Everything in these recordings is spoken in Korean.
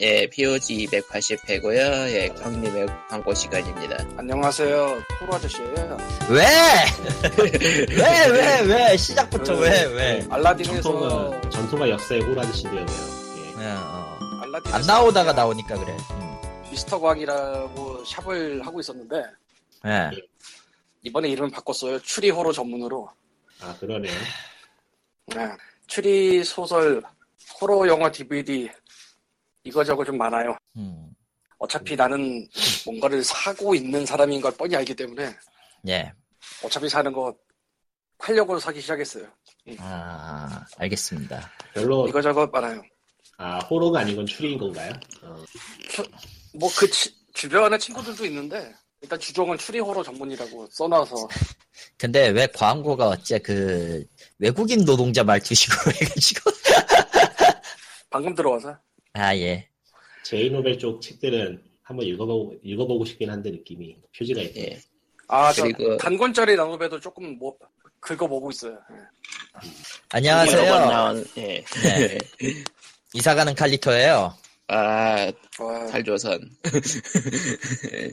예, POG 280회고요. 예, 광님의 광고 시간입니다. 안녕하세요. 토로 아저씨예요. 왜? 왜, 왜, 왜? 시작부터 왜, 왜? 네. 알라딘에서 전통은 전통과 역사의 호란시대예요. 예, 어. 알라딘에서 안 나오다가 나오니까 그래. 음. 미스터 광이라고 샵을 하고 있었는데 예. 이번에 이름 을 바꿨어요. 추리 호러 전문으로. 아 그러네요. 네. 추리 소설, 호러 영화 DVD 이거저거 좀 많아요. 음. 어차피 나는 뭔가를 사고 있는 사람인 걸 뻔히 알기 때문에 예. 어차피 사는 거 팔려고 사기 시작했어요. 아, 알겠습니다. 별로 이거저거 많아요. 아 호로가 아닌 건 추리인 건가요? 어, 뭐 그 주변에 친구들도 있는데 일단 주종은 추리 호러 전문이라고 써놔서 근데 왜 광고가 어째 그 외국인 노동자 말투식으로 해가지고. 방금 들어와서 아, 예. 제이 노벨 쪽 책들은 한번 읽어보고 읽어보고 싶긴 한데 느낌이 표지가 있고 예. 아, 저 그리고- 단권짜리 나노배도 조금 뭐 긁어보고 있어요. 예. 이거만 안녕하세요. 나온, 예. 네. 이사가는 칼리터예요. 아, 와, 탈조선.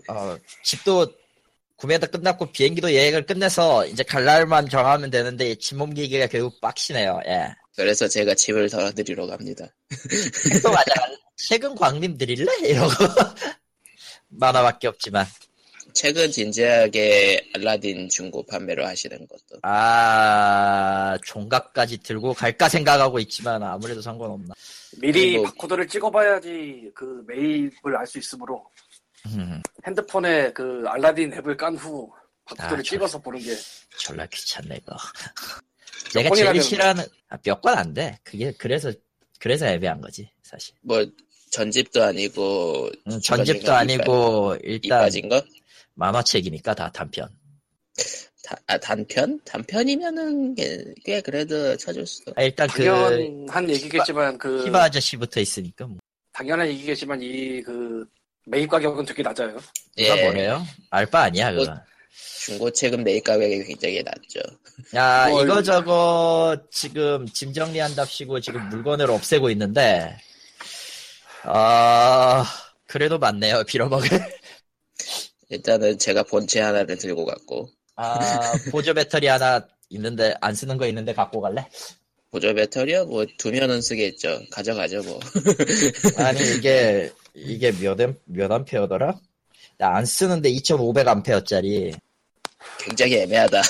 어, 집도 구매도 끝났고 비행기도 예약을 끝내서 이제 갈 날만 정하면 되는데 짐 옮기기가 결국 빡시네요. 예. 그래서 제가 집을 덜어드리러 갑니다. 또 맞아. 최근 광림 드릴래? 이러고. 만화밖에 없지만. 최근 진지하게 알라딘 중고 판매로 하시는 것도. 아, 종각까지 들고 갈까 생각하고 있지만 아무래도 상관없나. 미리 그리고- 바코드를 찍어봐야지 그 매입을 알 수 있으므로 음, 핸드폰에 그 알라딘 앱을 깐 후 바코드를 아, 저- 찍어서 보는 게 졸라 귀찮네, 이거. 내가 권이나 제일 되는 싫어하는, 아, 몇권 안 돼. 그게, 그래서, 그래서 애매한 거지, 사실. 뭐, 전집도 아니고, 음, 추가 전집도 생각 아니고, 이 일단, 빠진 거? 만화책이니까 다 단편. 다- 아, 단편? 단편이면은 꽤, 꽤 그래도 찾을 수도. 아, 일단 그, 당연한 얘기겠지만 그 히바 아저씨부터 있으니까, 뭐. 당연한 얘기겠지만 이 그 매입 가격은 되게 낮아요. 누가 예. 뭐래요? 알바 아니야, 그건. 중고 책은 매입 가격이 굉장히 낮죠. 야, 뭘. 이거 저거 지금 짐 정리한답시고 지금 물건을 없애고 있는데, 아, 그래도 많네요, 빌어먹을. 일단은 제가 본체 하나를 들고 갔고, 아, 보조 배터리 하나 있는데, 안 쓰는 거 있는데 갖고 갈래? 보조 배터리야 뭐 두면은 쓰겠죠. 가져가죠 뭐. 아니, 이게, 이게 몇, 앰- 몇 암페어더라? 나 안 쓰는데 2500암페어짜리. 굉장히 애매하다.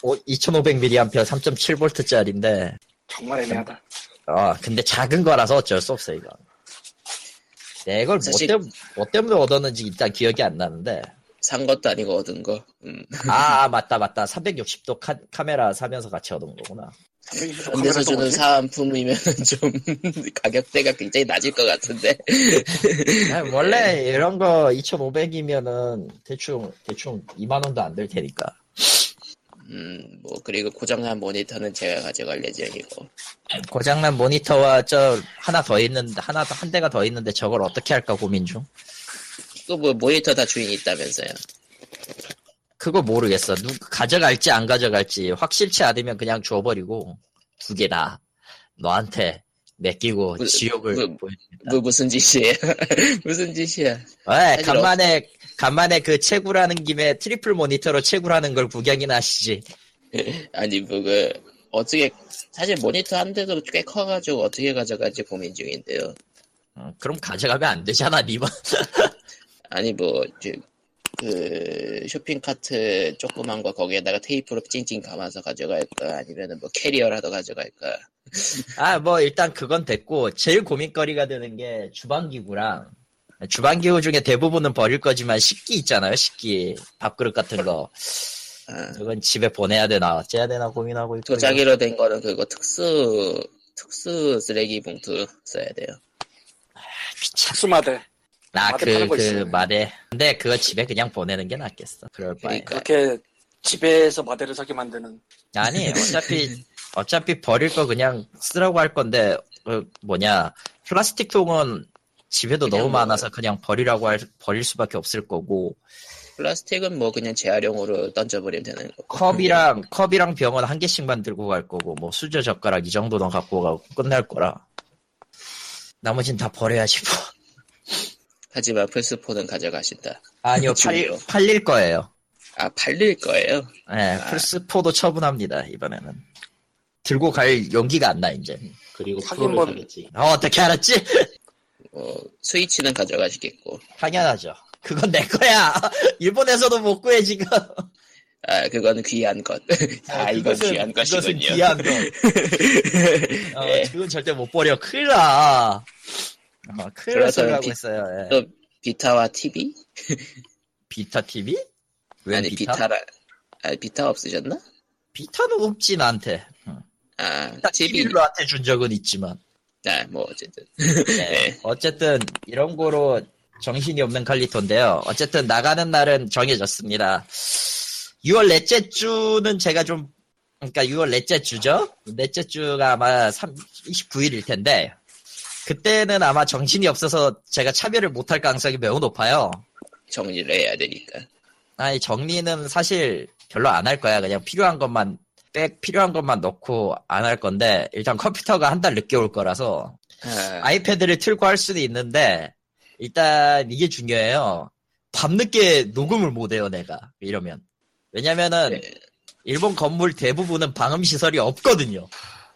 2500mAh 3.7V짜리인데, 정말 애매하다. 음. 아, 근데 작은 거라서 어쩔 수 없어, 이건. 내가 이걸 사실- 뭐, 때문에, 뭐 때문에 얻었는지 일단 기억이 안 나는데. 산 것도 아니고 얻은 거. 음. 아, 아, 맞다, 맞다. 360도 카, 카메라 사면서 같이 얻은 거구나. 360도 카메라 안에서 주는 뭐지? 사은품이면 좀 가격대가 굉장히 낮을 것 같은데. 아니, 원래 네. 이런 거 2,500이면은 대충, 대충 2만원도 안 될 테니까. 음, 뭐 그리고 고장난 모니터는 제가 가져갈 예정이고. 고장난 모니터와 저, 하나 더 있는, 하나, 더- 한 대가 더 있는데 저걸 어떻게 할까 고민 중. 또 뭐 모니터 다 주인이 있다면서요. 그거 모르겠어. 누, 가져갈지 안 가져갈지. 확실치 않으면 그냥 줘버리고, 두 개 다. 너한테 맡기고, 그- 지옥을. 그- 보여. 뭐 무슨 짓이에요? 무슨 짓이야? 에 사실 간만에 간만에 그 채굴하는 김에 트리플 모니터로 채굴하는 걸 구경이나 하시지. 아니 뭐 그 어떻게 사실 모니터 한 대도 꽤 커가지고 어떻게 가져갈지 고민 중인데요. 어, 그럼 가져가면 안 되잖아, 니번. 아니 뭐 저- 그 쇼핑 카트 조그만 거 거기에다가 테이프로 찡찡 감아서 가져갈까 아니면은 뭐 캐리어라도 가져갈까 아, 뭐 일단 그건 됐고 제일 고민거리가 되는 게 주방기구랑 주방기구 중에 대부분은 버릴 거지만 식기 있잖아요, 식기 밥그릇 같은 거. 아, 그건 집에 보내야 되나 어째야 되나 고민하고 있고. 도자기로 된 거는 그거 특수 특수 쓰레기 봉투 써야 돼요 특수마대 예. 마대 파는 거 나그그 있어요. 마대. 근데 그거 집에 그냥 보내는 게 낫겠어. 그럴 바에. 그러니까. 그렇게 집에서 마대를 사게 만드는 아니 어차피 어차피 버릴 거 그냥 쓰라고 할 건데 그 뭐냐 플라스틱 통은 집에도 그냥 너무 뭐- 많아서 그냥 버리라고 할 버릴 수밖에 없을 거고 플라스틱은 뭐 그냥 재활용으로 던져버리면 되는 거그 컵이랑 컵이랑 병은 한 개씩만 들고 갈 거고 뭐 수저 젓가락 이 정도는 갖고 가고 끝날 거라 나머진 다 뭐. 버려야 싶어. 하지만 플스4는 가져가신다. 아니요, 그치, 팔, 이거. 팔릴 거예요. 아, 팔릴 거예요. 예, 플스4도 처분합니다, 이번에는. 들고 갈 용기가 안 나, 이제. 그리고 하긴 프로를 뭐- 사겠지. 어, 어떻게 알았지? 뭐, 스위치는 가져가시겠고. 당연하죠. 그건 내 거야. 일본에서도 못 구해, 지금. 아, 그건 귀한 것. 아, 이건 그것은- 귀한 그것은 것이군요. 귀한 거. 어, 예. 그건 절대 못 버려. 큰일 나. 어, 큰일 날 그래서 소리 하고 비- 있어요. 예. 또 비타와 TV? 비타 TV? 왜 아니, 비타? 비타? 라 아, 비타 없으셨나? 비타는 없지, 나한테. 응. 아, 비타 TV. TV로 한테 준 적은 있지만. 아, 뭐, 어쨌든. 네. 어쨌든 이런 거로 정신이 없는 칼리토인데요. 어쨌든 나가는 날은 정해졌습니다. 6월 넷째 주는 제가 좀 그러니까 6월 넷째 주죠. 넷째 주가 아마 3, 29일일 텐데 그때는 아마 정신이 없어서 제가 참여를 못할 가능성이 매우 높아요. 정리를 해야 되니까. 아니 정리는 사실 별로 안 할 거야. 그냥 필요한 것만 백 필요한 것만 넣고 안 할 건데 일단 컴퓨터가 한 달 늦게 올 거라서 아, 아이패드를 틀고 할 수는 있는데 일단 이게 중요해요. 밤늦게 녹음을 못 해요, 내가. 이러면. 왜냐면은 네. 일본 건물 대부분은 방음 시설이 없거든요.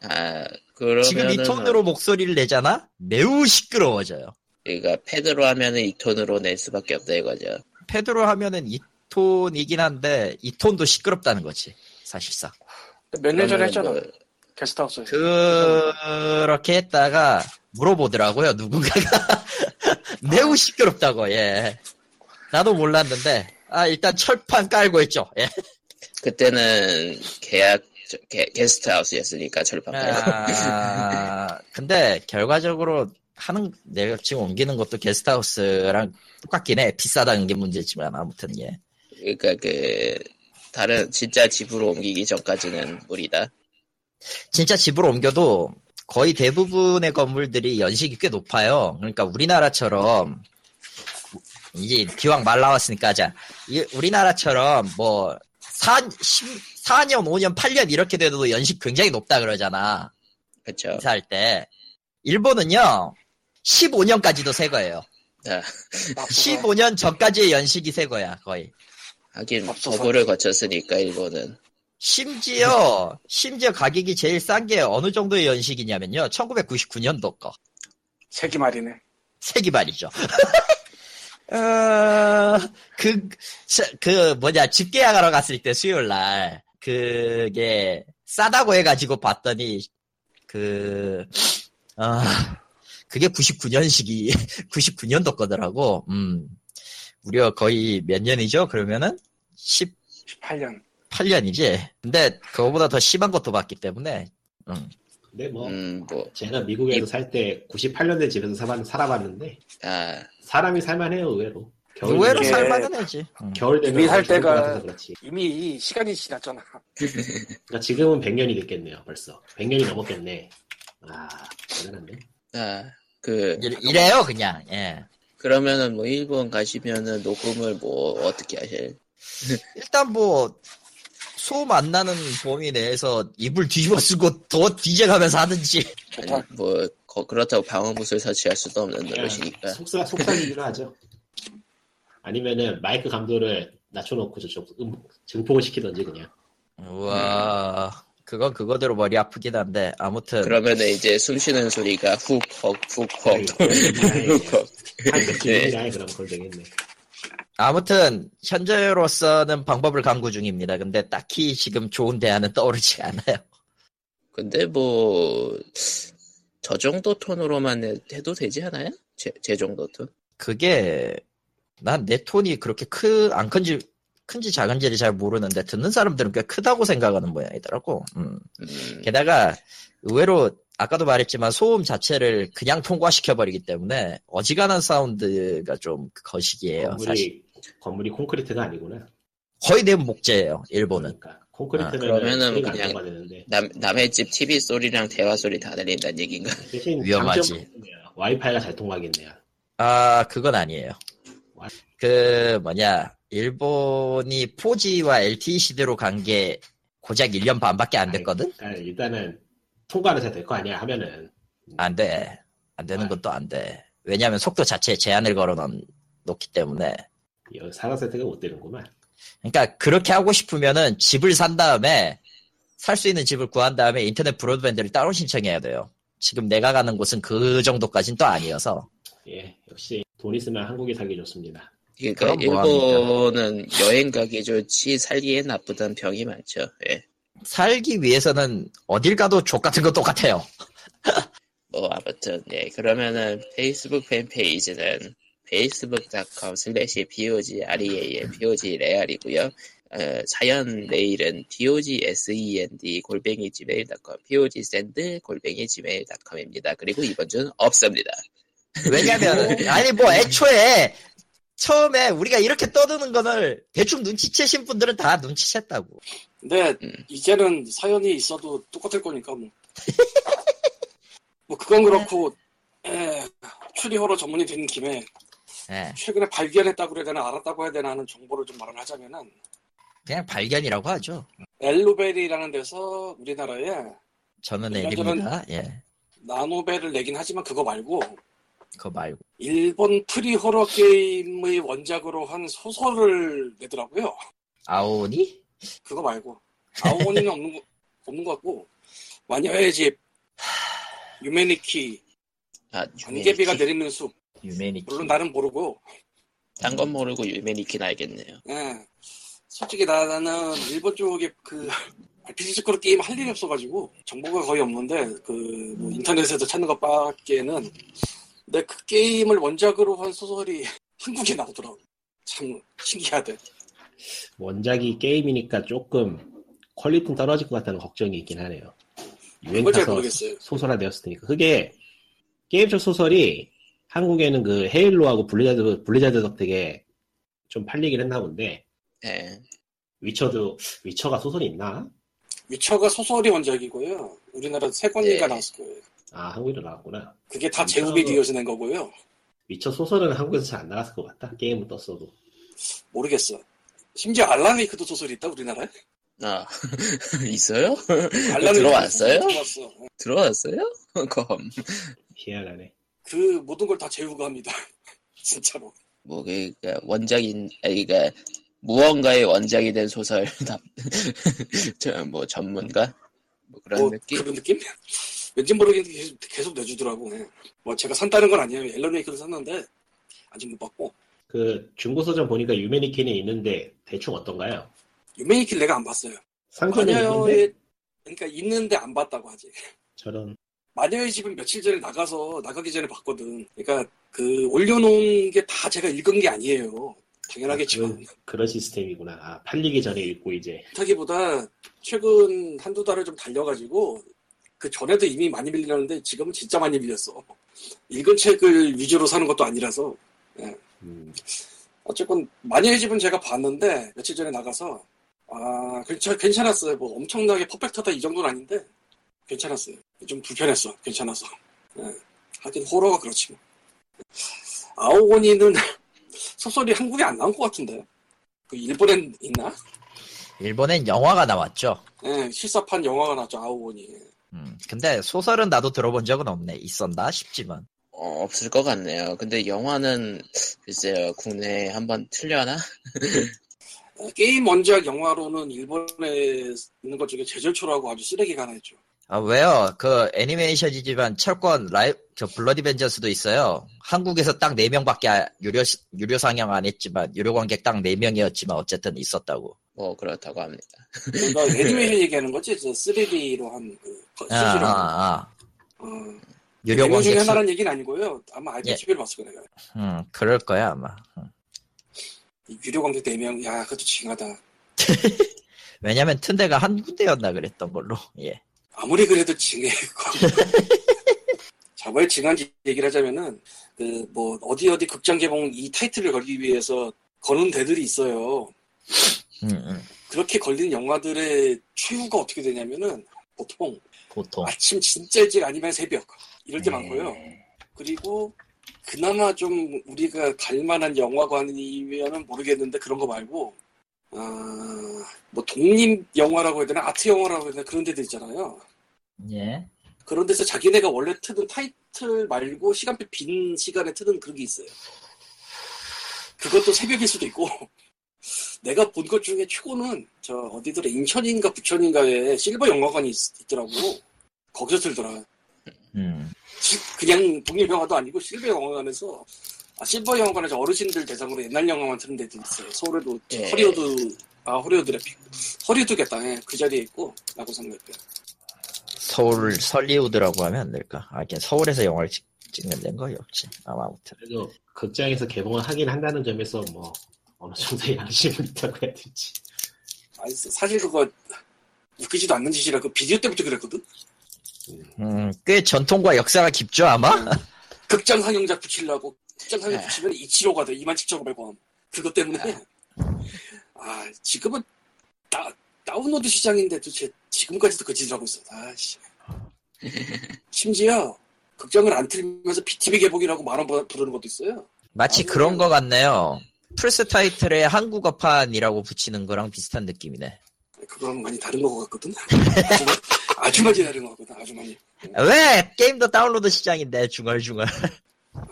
아, 그러면은. 지금 이 톤으로 목소리를 내잖아? 매우 시끄러워져요. 그러니까 패드로 하면은 이 톤으로 낼 수밖에 없다 이거죠. 패드로 하면은 이 톤이긴 한데 이 톤도 시끄럽다는 거지. 사실상. 몇 년 그러면은 그 전에 했잖아. 뭐, 게스트하우스에서. 그렇게 했다가 물어보더라고요 누군가가 매우 시끄럽다고 예 나도 몰랐는데 아 일단 철판 깔고 했죠 예 그때는 계약 저- 게, 게스트하우스였으니까 절반 말고. 아, 근데 결과적으로 하는 내가 지금 옮기는 것도 게스트하우스랑 똑같긴 해 비싸다는 게 문제지만 아무튼 예 그러니까 그 다른 진짜 집으로 옮기기 전까지는 무리다. 진짜 집으로 옮겨도 거의 대부분의 건물들이 연식이 꽤 높아요. 그러니까 우리나라처럼 이제 기왕 말 나왔으니까 하자. 이- 우리나라처럼 뭐 4, 4년, 5년, 8년 이렇게 돼도 연식 굉장히 높다 그러잖아. 그렇죠. 이사할 때. 일본은요. 15년까지도 새 거예요. 아, 15년 전까지의 연식이 새 거야, 거의. 하긴 없어서. 버그를 거쳤으니까 일본은 심지어, 심지어 가격이 제일 싼 게 어느 정도의 연식이냐면요. 1999년도 거. 세기 말이네. 색이 말이죠. 어, 그, 자, 그, 뭐냐, 집 계약하러 갔을 때 수요일 날, 그게, 싸다고 해가지고 봤더니, 그, 아, 그게 99년식이, 99년도 거더라고. 음, 무려 거의 몇 년이죠? 그러면은? 18년. 18년이지. 근데 그거보다 더 심한 것도 봤기 때문에, 음, 근데 뭐 음뭐 제가 미국에서 살 때 98년대 집에서 살아, 살아봤는데 아, 사람이 살만해요 의외로. 겨울 의외로 되면- 어, 이게- 살만은 해지. 음. 겨울 되면 집이 살 죽을 것 때가- 같아서 그렇지. 이미 이 시간이 지났잖아. 그러니까 지금은 100년이 됐겠네요 벌써. 100년이 넘었겠네. 아 대단한데. 아, 그 이래- 이래요, 그냥, 예. 그러면은 뭐 일본 가시면은 녹음을 뭐 어떻게 하실? 일단 뭐, 소음 안 나는 범위 내에서 이불 뒤집어 쓰고 더 뒤져가면서 하든지. 아니 좋다. 뭐 거- 그렇다고 방어무술 설치할 수도 없는 그냥 노릇이니까. 네, 속사 속삭이기도 하죠. 아니면은 마이크 감도를 낮춰놓고 저쪽 음, 증폭을 시키던지 그냥. 우와. 그건 그거대로 머리 아프긴 한데, 아무튼. 그러면은 이제 숨 쉬는 소리가 훅헉 네. 훅헉 훅헉 예. 한몇개이나 그럼 그걸 되겠네. 아무튼, 현재로서는 방법을 강구 중입니다. 근데 딱히 지금 좋은 대안은 떠오르지 않아요. 근데 뭐, 저 정도 톤으로만 해- 해도 되지 않아요? 제, 제 정도 톤? 그게, 난 내 톤이 그렇게 크, 안 큰지, 큰지 작은지를 잘 모르는데, 듣는 사람들은 꽤 크다고 생각하는 모양이더라고. 음. 음, 게다가 의외로 아까도 말했지만 소음 자체를 그냥 통과시켜버리기 때문에 어지간한 사운드가 좀그 거식이에요. 네, 사실 건물이 건물이 콘크리트가 아니구나. 거의 대부분 목재예요. 일본은 그러니까 콘크리트는 아, 그러면은 소리가 안 그냥- 나가 되는데 남, 남의 집 TV 소리랑 대화 소리 다 들린다는 얘기인가? 대신 위험하지. 장점은 있네요. 와이파이가 잘 통하겠네요. 아 그건 아니에요. 그 뭐냐 일본이 4G와 LTE 시대로 간 게 고작 1년 반밖에 안 됐거든. 그러니까 일단은 통과는 잘 될 거 아니야 하면은 안 돼. 안 되는 것도 안 돼. 왜냐하면 속도 자체에 제한을 걸어 놓기 때문에. 이거 사각 세트가 못 되는구만. 그러니까 그렇게 하고 싶으면은 집을 산 다음에 살 수 있는 집을 구한 다음에 인터넷 브로드밴드를 따로 신청해야 돼요. 지금 내가 가는 곳은 그 정도까진 또 아니어서. 예, 역시 돈 있으면 한국에 살기 좋습니다. 그러니까 그럼 뭐 일본은 여행 가기 좋지 살기에 나쁘다는 병이 많죠. 예. 살기 위해서는 어딜 가도 족 같은 거 똑같아요. 뭐 아무튼 예. 그러면은 페이스북 팬페이지는 facebook.com slash pogreal pogreal이고요. 어, 사연 메일은 dogsend E 골뱅이 gmail.com pogsend 골뱅이 gmail.com입니다. 그리고 이번 주는 없습니다. 왜냐면 아니 뭐 애초에 처음에 우리가 이렇게 떠드는 거를 대충 눈치채신 분들은 다 눈치챘다고. 근데 음. 이제는 사연이 있어도 똑같을 거니까 뭐. 뭐 그건 그렇고 에, 추리호러 전문이 된 김에 예, 최근에 발견했다고 해야 되나 알았다고 해야 되나 하는 정보를 좀 말을 하자면은 그냥 발견이라고 하죠. 엘로베리라는 데서 우리나라에 저는 이런 애립니다. 예, 나노벨을 내긴 하지만 그거 말고 그거 말고. 일본 프리호러 게임의 원작으로 한 소설을 내더라고요. 아오니? 그거 말고 아오니는 없는 거 없는 것 같고 마녀의 집 유메니키 아, 안개비가 유메니키? 내리는 숲 유메니키. 물론 나는 모르고 딴건 모르고 유메니키는 알겠네요. 예. 솔직히 나는 일본 쪽에 그 RPG 스크롤 게임 할 일이 없어가지고 정보가 거의 없는데 그뭐 인터넷에서 찾는 것밖에는 근데 그 게임을 원작으로 한 소설이 한국에 나오더라고 참 신기하대 원작이 게임이니까 조금 퀄리티는 떨어질 것 같다는 걱정이 있긴 하네요. 유행 그걸 잘 타서 모르겠어요 소설화되었을 테니까. 그게 게임적 소설이 한국에는 그 헤일로하고 블리자드 블리자드 덕택에 좀 팔리긴 했나 본데 예. 위쳐도 위쳐가 소설이 있나? 위쳐가 소설이 원작이고요 우리나라 세 권인가 예. 나왔을 거예요 아 한국에도 나왔구나. 그게 다 위쳐도- 제국이 리어지는 거고요 위쳐 소설은 한국에서 잘 안 나갔을 것 같다. 게임은 떴어도. 모르겠어 심지어 알란웨이크도 소설이 있다 우리나라에 아, 있어요? 알란웨이크도 들어왔어요? 소설이 들어왔어 예. 들어왔어요? 검. 희한하네. 그 모든 걸 다 제우가 합니다. 진짜로. 뭐, 그니까, 원작인, 아니, 그니까, 무언가의 원작이 된 소설, 답, 저, 뭐, 전문가? 뭐, 그런 뭐 느낌? 그런 느낌? 왠지 모르겠는데 계속, 계속 내주더라고. 예. 뭐 제가 산다는 건 아니에요. 엘런웨이크를 샀는데 아직 못 봤고 그 중고 서점 보니까 유메니키는 있는데 대충 어떤가요? 유메이킬 내가 안 봤어요. 상점에 있는데 마녀의 그러니까 있는데 안 봤다고 하지. 저런 마녀의 집은 며칠 전에 나가서 나가기 전에 봤거든. 그러니까 그 올려놓은 게 다 제가 읽은 게 아니에요. 당연하겠지만 그런 시스템이구나. 아, 팔리기 전에 읽고 이제 타기보다 최근 한두 달을 좀 달려가지고 그 전에도 이미 많이 밀렸는데 지금은 진짜 많이 밀렸어. 읽은 책을 위주로 사는 것도 아니라서 음, 어쨌건 마녀의 집은 제가 봤는데 며칠 전에 나가서 아 괜찮, 괜찮았어요. 뭐 엄청나게 퍼펙트다 이 정도는 아닌데 괜찮았어요. 좀 불편했어. 괜찮아서. 예. 하긴 호러가 그렇지 뭐. 아오고니는 소설이 한국에 안 나온 것 같은데 그 일본엔 있나? 일본엔 영화가 나왔죠. 예, 실사판 영화가 나왔죠, 아오원이. 음, 근데 소설은 나도 들어본 적은 없네. 있었나 싶지만. 어, 없을 것 같네요. 근데 영화는, 글쎄요, 국내에 한번 틀려나? 어, 게임 원작 영화로는 일본에 있는 것 중에 제절초라고 아주 쓰레기가 하나 있죠. 아, 왜요? 그 애니메이션이지만 철권 라이 저 블러디 벤저스도 있어요. 한국에서 딱 4명밖에 아, 유료 시- 유료 상영 안 했지만 유료 관객 딱 4명이었지만 어쨌든 있었다고. 뭐, 그렇다고 합니다. 그러니까 애니메이션 얘기하는 거지, 저 3D로 한 그, 네. 아, 수지로. 아, 아, 아. 어, 유료 애니메이션 관객 수, 하나라는 얘기는 아니고요. 아마 IPTV를 봤을 거예요. 내가. 음, 그럴 거야, 아마. 음. 이 유료 관객 4명, 야, 그것도 징하다. 왜냐면 튼데가 한 군데였나 그랬던 걸로. 예. 아무리 그래도 징해. 자발 징한 지 얘기를 하자면은, 그, 뭐, 어디 어디 극장 개봉 이 타이틀을 걸기 위해서 거는 대들이 있어요. 음, 음. 그렇게 걸린 영화들의 최후가 어떻게 되냐면은 보통 보통. 아침 진짜 일찍 아니면 새벽 이럴 때 네. 많고요. 예. 그리고 그나마 좀 우리가 갈만한 영화관이면은 모르겠는데 그런 거 말고 어, 뭐 아뭐 독립 영화라고 해야 되나 아트 영화라고 해야 되나 그런 데도 있잖아요. 예. 그런 데서 자기네가 원래 트는 타이틀 말고 시간표 빈 시간에 트는 그런 게 있어요. 그것도 새벽일 수도 있고 내가 본 것 중에 최고는 저 어디더라 인천인가 부천인가에 실버 영화관이 있, 더라고 거기서 틀더라. 음. 실- 그냥 독립영화도 아니고 실버 영화관에서 아, 실버 영화관에서 어르신들 대상으로 옛날 영화만 틀는 데도 있어요. 서울에도 저 예. 허리우드 아 허리우드 래픽 허리우드 개땅에 그 자리에 있고 라고 생각해요. 서울 설리우드라고 하면 안 될까? 아, 그냥 서울에서 영화를 찍, 찍는 데인 거 역시. 아마 아무튼. 그래도 극장에서 개봉을 하긴 한다는 점에서 뭐 어느 정도 양심은 있다고 해야 될지. 아니, 사실 그거 웃기지도 않는 짓이라 그 비디오 때부터 그랬거든. 음, 꽤 전통과 역사가 깊죠, 아마? 극장 상영작 붙이려고 극장 상영 아. 네. 붙이면 2치로가 돼 2만 7,500원 그것 때문에 아 지금은 다, 다운로드 시장인데 도대체 지금까지도 그 짓을 하고 있어 아씨 심지어 극장을 안 틀면서 BTV 개봉이라고 만원 부르는 것도 있어요 마치 아니면- 그런 거 같네요. 플스 타이틀에 한국어판이라고 붙이는 거랑 비슷한 느낌이네. 그거랑 많이 다른 거 같거든 아주, 많이- 아주 많이 다른 거 같거든 아주 많이 왜! 게임도 다운로드 시장인데, 중얼중얼.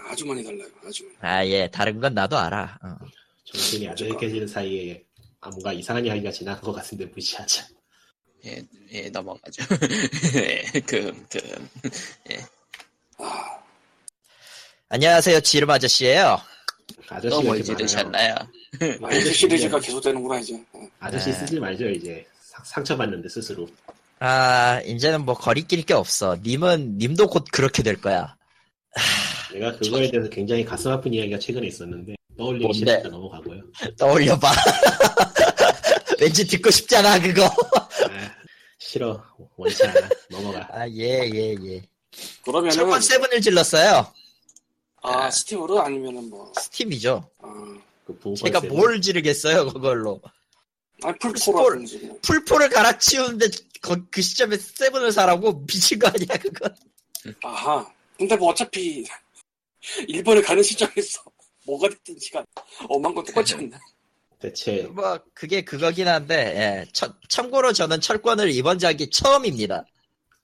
아주 많이 달라요 아주 많이 아, 예, 다른 건 나도 알아. 어. 정신이 아주 헷갈리는 사이에 아, 뭔가 이상한 이야기가 지나간 것 같은데 무시하자. 예, 예 넘어가죠. 예, 금, 금. 아 안녕하세요, 지름 아저씨예요. 아저씨 또 뭘 이렇게 많아요. 지르셨나요? 마인드 시리즈가 계속되는구나 이제 어. 아저씨 네. 쓰지 말죠 이제 상- 상처받는데 스스로. 아, 이제는 뭐 거리낄 게 없어. 님은, 님도 곧 그렇게 될 거야. 내가 그거에 대해서 굉장히 가슴 아픈 이야기가 최근에 있었는데 떠올리기 뭔데? 싫으니까 넘어가고요. 떠올려봐. 왠지 듣고 싶잖아, 그거. 아, 싫어 원치 않아 넘어가. 아, 예, 예, 예. 첫 그러면은 번 세븐을 질렀어요. 아 스팀으로 아니면은 뭐 스팀이죠. 아, 그 부분 제가 컨셉은 뭘 지르겠어요, 그걸로. 풀코라든지 뭐. 풀포를 갈아치우는데 거- 그 시점에 세븐을 사라고 미친 거 아니야, 그건. 아하. 근데 뭐 어차피 일본에 가는 시점에서 뭐가 됐든 시간 엄한 건 똑같지 않나? 대체 뭐, 그게 그거긴 한데, 예. 참- 참고로 저는 철권을 이번 작이 처음입니다.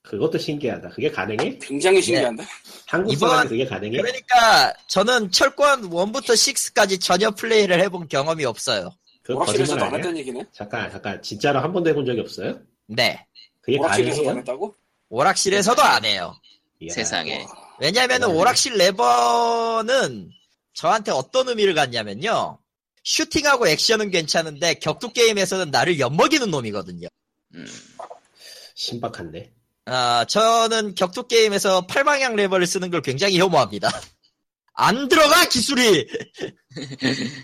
그것도 신기하다. 그게 가능해? 굉장히 신기한데? 한국 이번- 사람이 그게 가능해? 그러니까 저는 철권 1부터 6까지 전혀 플레이를 해본 경험이 없어요. 그 오락실에서도 거짓말 안 아니야? 했다는 얘기네? 잠깐 잠깐 진짜로 한 번도 해본 적이 없어요? 네. 그게 오락실에서도 안 가능해요? 했다고? 오락실에서도 안 해요. 이야, 세상에. 와, 왜냐면은 네. 오락실 레버는 저한테 어떤 의미를 갖냐면요. 슈팅하고 액션은 괜찮은데 격투 게임에서는 나를 엿먹이는 놈이거든요. 음, 신박한데. 아, 저는 격투 게임에서 팔방향 레버를 쓰는 걸 굉장히 혐오합니다. 안 들어가 기술이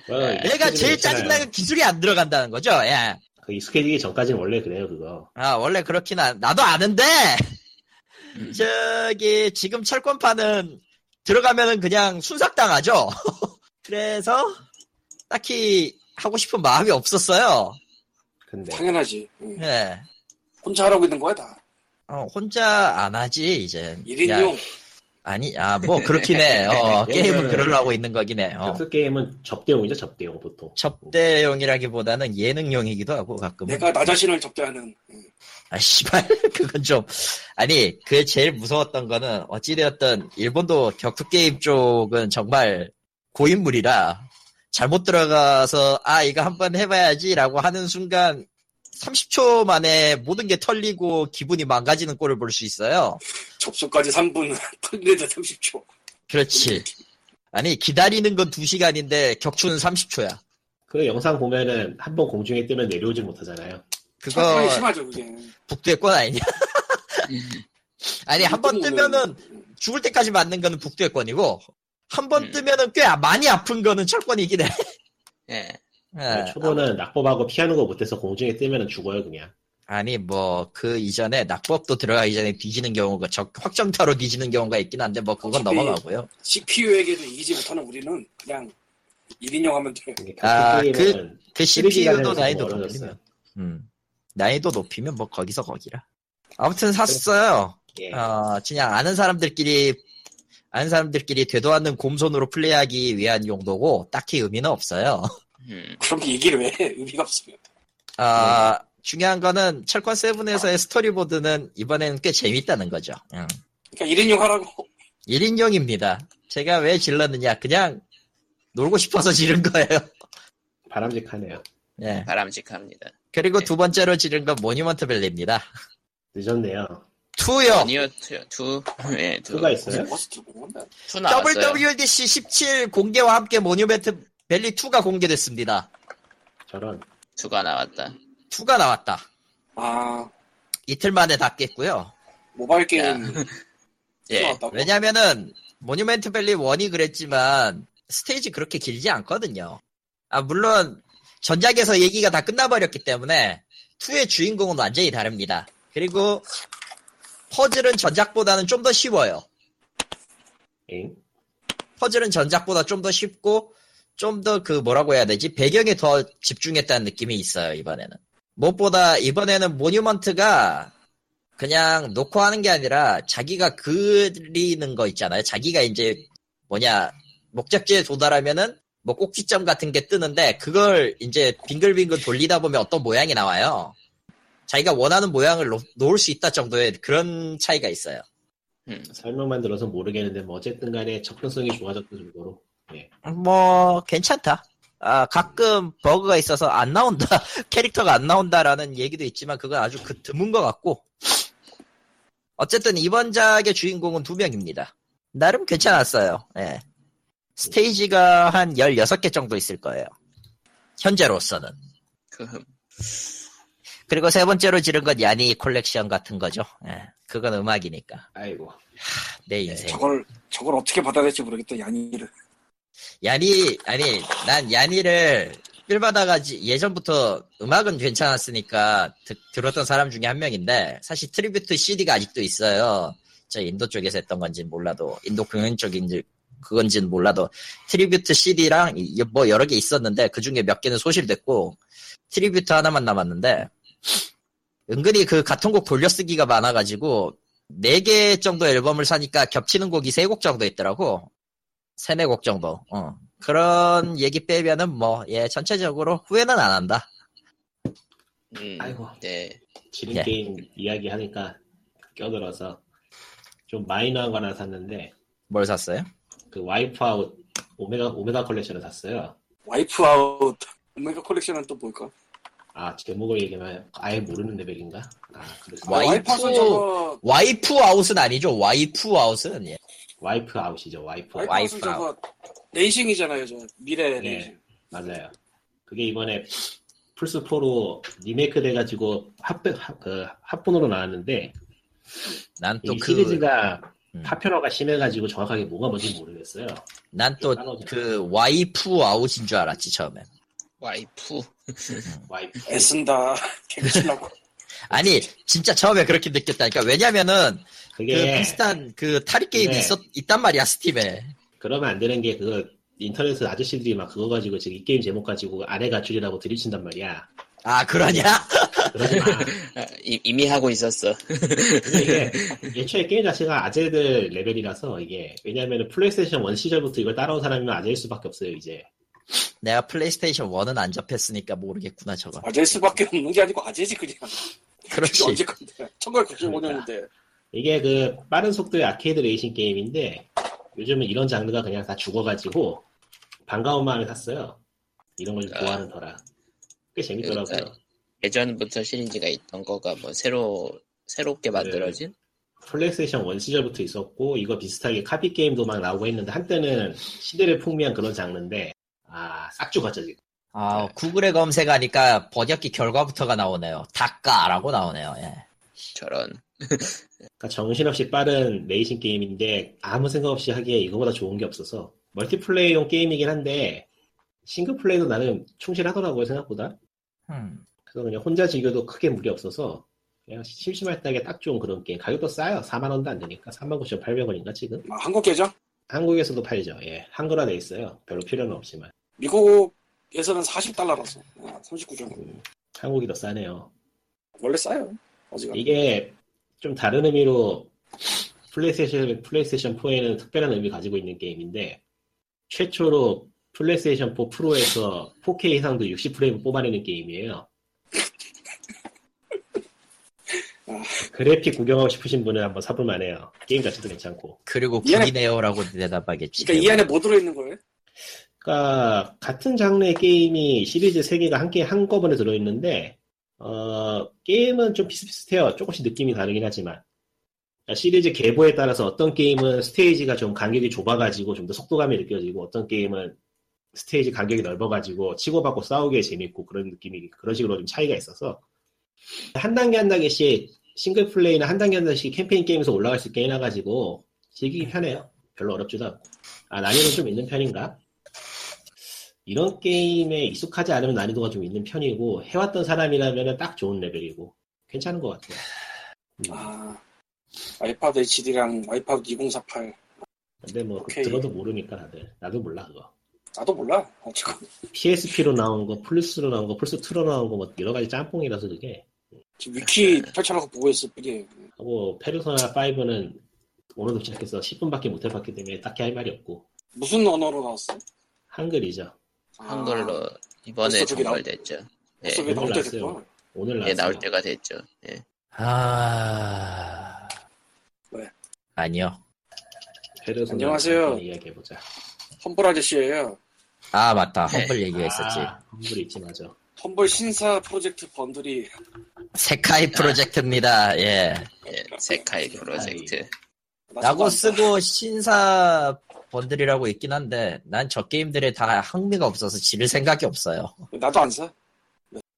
어, 네. 내가 익숙해지면 제일 괜찮아요. 짜증나는 기술이 안 들어간다는 거죠. 예. 그 익숙해지기 전까지는 원래 그래요 그거. 아 원래 그렇긴 한 나도 아는데 음. 저기 지금 철권판은 들어가면은 그냥 순삭당하죠. 그래서 딱히 하고 싶은 마음이 없었어요. 근데 당연하지. 응. 예. 혼자 하라고 있는 거야, 다. 어, 혼자 안 하지 이제. 1인용. 야, 아니 아 뭐 그렇긴 해. 어, 게임은 그러려고 있는 거긴 해. 어. 특수 게임은 접대용이죠 접대용 보통. 접대용이라기보다는 예능용이기도 하고 그 가끔. 은 내가 나 자신을 접대하는. 응. 아 씨발 그건 좀 아니 그 제일 무서웠던 거는 어찌되었던 일본도 격투 게임 쪽은 정말 고인물이라 잘못 들어가서 아 이거 한번 해봐야지라고 하는 순간 30초 만에 모든 게 털리고 기분이 망가지는 꼴을 볼 수 있어요. 접수까지 3분, 털리는데 30초. 그렇지. 아니 기다리는 건 2시간인데 격추는 30초야. 그 영상 보면은 한 번 공중에 뜨면 내려오질 못하잖아요. 철권이 그거 심하죠, 그게. 북두의권 아니냐? 아니 한 번 뜨면은 응. 죽을 때까지 맞는 거는 북두의권이고 한 번 음. 뜨면은 꽤 많이 아픈 거는 철권이긴 해. 예. 네, 예. 초보는 낙법하고 피하는 거 못해서 공중에 뜨면은 죽어요 그냥. 아니 뭐 그 이전에 낙법도 들어가기 전에 뒤지는 경우가 적 확정타로 뒤지는 경우가 있긴 한데 뭐 그건 어차피- 넘어가고요. CPU에게도 이기지 못하는 우리는 그냥 1인용 하면 돼. 이게 격투 아, 게임은 그 3D가 되면서 CPU도 더 난이도 어려워졌어요. 높이면 음. 난이도 높이면 뭐 거기서 거기라. 아무튼 샀어요. 그러니까. 예. 어 그냥 아는 사람들끼리 아는 사람들끼리 되도 않는 곰손으로 플레이하기 위한 용도고 딱히 의미는 없어요. 음. 그럼 얘기를 왜 해? 의미가 없으면. 네. 아, 중요한 거는 철권 세븐에서의 스토리보드는 이번에는 꽤 재밌다는 거죠. 음. 응. 그러니까 1인용 하라고. 1인용입니다. 제가 왜 질렀느냐? 그냥 놀고 싶어서 지른 거예요. 바람직하네요. 예. 바람직합니다. 그리고 네. 두 번째로 지른 건 모니먼트 벨리입니다. 늦었네요. 투요. 니어 2, 예, 2. 수가 있어요? 버스트 보는데. 2 나왔어요. WWDC 17 공개와 함께 모니먼트 벨리 2가 공개됐습니다. 저런 2가 나왔다. 2가 나왔다. 아, 이틀 만에 닫겠고요. 모바일 게임. 야. 예. 나왔다고? 왜냐면은 모니멘트 밸리 1이 그랬지만 스테이지 그렇게 길지 않거든요. 아 물론 전작에서 얘기가 다 끝나버렸기 때문에 2의 주인공은 완전히 다릅니다. 그리고 퍼즐은 전작보다는 좀 더 쉬워요. 엥? 퍼즐은 전작보다 좀 더 쉽고 좀 더 그 뭐라고 해야 되지 배경에 더 집중했다는 느낌이 있어요 이번에는 무엇보다 이번에는 모뉴먼트가 그냥 놓고 하는 게 아니라 자기가 그리는 거 있잖아요 자기가 이제 뭐냐 목적지에 도달하면은 뭐 꼭지점 같은 게 뜨는데 그걸 이제 빙글빙글 돌리다 보면 어떤 모양이 나와요 자기가 원하는 모양을 놓- 놓을 수 있다 정도의 그런 차이가 있어요 음. 설명만 들어서 모르겠는데 뭐 어쨌든 간에 접근성이 좋아졌던 정도로 뭐 괜찮다. 아 가끔 버그가 있어서 안 나온다 캐릭터가 안 나온다라는 얘기도 있지만 그건 아주 그 드문 것 같고 어쨌든 이번 작의 주인공은 두 명입니다. 나름 괜찮았어요. 예. 스테이지가 한 16개 정도 있을 거예요. 현재로서는. 그, 그리고 세 번째로 지른 건 야니 콜렉션 같은 거죠. 예. 그건 음악이니까. 아이고 내 인생. 저걸, 저걸 어떻게 받아야 될지 모르겠다, 야니를. 야니, 아니, 난 야니를 필받아가지 예전부터 음악은 괜찮았으니까 듣- 들었던 사람 중에 한 명인데 사실 트리뷰트 CD가 아직도 있어요. 저 인도 쪽에서 했던 건지 몰라도 인도 공연 쪽인지 그건지는 몰라도 트리뷰트 CD랑 뭐 여러 개 있었는데 그 중에 몇 개는 소실됐고 트리뷰트 하나만 남았는데 은근히 그 같은 곡 돌려쓰기가 많아가지고 네 개 정도 앨범을 사니까 겹치는 곡이 세 곡 정도 있더라고. 세네 곡 정도. 어. 그런 얘기 빼면은 뭐, 예, 전체적으로 후회는 안 한다. 음, 아이고. 네. 지린 예. 게임 이야기 하니까 껴들어서 좀 마이너한 거 하나 샀는데 뭘 샀어요? 그 와이프 아웃 오메가 오메가 컬렉션을 샀어요. 와이프 아웃. 오메가 컬렉션은 또 뭘까? 아 제목을 얘기하면 아예 모르는 레벨인가? 아 그래서 와이프- 와이프 아웃은 저거, 와이프 아웃은 아니죠. 와이프 아웃은, 예. 와이프 아웃이죠 와이프 아웃 와이프 아웃은 와이프 저거, 레이싱이잖아요, 저. 미래 레이싱. 예 맞아요. 그게 이번에 플스 4로 리메이크 돼가지고 합본 합, 그 합본으로 나왔는데 난 또 이 그, 시리즈가 음. 파편화가 심해가지고 정확하게 뭐가 뭔지 모르겠어요. 난 또 그 와이프 아웃인 줄 알았지, 처음엔. 와이프. 아, 와이프 애쓴다. 개그 치려고. 아니, 진짜 처음에 그렇게 느꼈다니까. 왜냐면은, 그 그게 비슷한 그 탈의 게임이 예. 있었, 있단 말이야, 스팀에. 그러면 안 되는 게 그거 인터넷 아저씨들이 막 그거 가지고 지금 이 게임 제목 가지고 아내 가출이라고 들이친단 말이야. 아, 그러냐? 그러지 마. 아, 이- 이미 하고 있었어. 근데 이게 애초에 게임 자체가 아재들 레벨이라서 이게 왜냐하면 플레이스테이션 1 시절부터 이걸 따라온 사람이면 아재일 수밖에 없어요 이제. 내가 플레이스테이션 1은 안 접했으니까 모르겠구나, 저거. 아재일 수밖에 없는 게 아니고 아재지, 그냥. 그렇지. 언제 건데. 1995년인데. 이게 그 빠른 속도의 아케이드 레이싱 게임인데 요즘은 이런 장르가 그냥 다 죽어가지고 반가운 마음에 샀어요. 이런 걸 좀 아. 좋아하는 터라 꽤 재밌더라고요. 그러니까. 예전부터 시리즈가 있던 거가 뭐 새로 새롭게 만들어진 플레이스테이션 1 시절부터 있었고 이거 비슷하게 카피 게임도 막 나오고 했는데 한때는 시대를 풍미한 그런 장르인데 아싹 죽었죠 지금 아, 네. 구글에 검색하니까 번역기 결과부터가 나오네요. 닭가라고 나오네요. 예. 저런 그러니까 정신없이 빠른 레이싱 게임인데 아무 생각 없이 하기에 이거보다 좋은 게 없어서 멀티플레이용 게임이긴 한데 싱글플레이도 나름 충실하더라고요 생각보다 음. 그래서 그냥 혼자 즐겨도 크게 무리 없어서 그냥 심심할 때에 딱 좋은 그런 게임 가격도 싸요 4만원도 안 되니까 39,800원인가 지금 아, 한국 계정? 한국에서도 팔죠 예 한글화 돼 있어요 별로 필요는 없지만 미국에서는 40달러라서. 39개월. 음, 한국이 더 싸네요. 원래 싸요. 어지간히. 이게 좀 다른 의미로 플레이스테이션, 플레이스테이션 4에는 특별한 의미 가지고 있는 게임인데 최초로 플레이스테이션 4 프로에서 4K 이상도 60프레임 뽑아내는 게임이에요. 그래픽 구경하고 싶으신 분은 한번 사볼 만해요. 게임 자체도 괜찮고. 그리고 이 안에- 군이네요라고 대답하겠지. 그러니까 이 안에 뭐 들어있는 거예요? 그러니까 같은 장르의 게임이 시리즈 3개가 함께 한꺼번에 들어있는데 어, 게임은 좀 비슷비슷해요. 조금씩 느낌이 다르긴 하지만 그러니까 시리즈 개보에 따라서 어떤 게임은 스테이지가 좀 간격이 좁아가지고 좀 더 속도감이 느껴지고 어떤 게임은 스테이지 간격이 넓어가지고 치고받고 싸우기에 재밌고 그런 느낌이 그런 식으로 좀 차이가 있어서 한 단계 한 단계씩 싱글 플레이나 한 단계 한 단계씩 캠페인 게임에서 올라갈 수 있게 해놔가지고 즐기기 편해요. 별로 어렵지도 않고 아 난이도 좀 있는 편인가? 이런 게임에 익숙하지 않으면 난이도가 좀 있는 편이고 해왔던 사람이라면 딱 좋은 레벨이고 괜찮은 것 같아요. 음. 아, 아이팟 HD랑 아이팟 2048 근데 뭐그 오케이. 들어도 모르니까 다들 나도 몰라 그거. 나도 몰라 어쨌건 PSP로 나온 거, 플스로 나온 거, 플스 2로 나온 거 뭐 여러 가지 짬뽕이라서 그게 지금 위키 펼쳐놓고 보고 있을 뿐이에요 하고 페르소나 5는 오늘도 시작해서 10분밖에 못 해봤기 때문에 딱히 할 말이 없고 무슨 언어로 나왔어? 한글이죠. 아, 한글로 이번에 벌써 저기 나오- 정발됐죠. 예, 벌써 왜 나올 때 몰랐어요. 됐구나 오늘 예, 나올 나왔어요. 때가 됐죠. 예. 아. 왜? 아니요. 페르소나 안녕하세요. 잠깐 이야기해보자. 험블 아저씨예요 아 맞다. 네. 험블 얘기했었지. 아, 물 있지 맞아. 험블 신사 프로젝트 번들이 네. 세카이 프로젝트입니다. 예. 예, 세카이 프로젝트. 나 라고 상관 안 쓰고 신사 번들이라고 있긴 한데 난 저 게임들에 다 흥미가 없어서 지를 생각이 없어요. 사. 나도 안사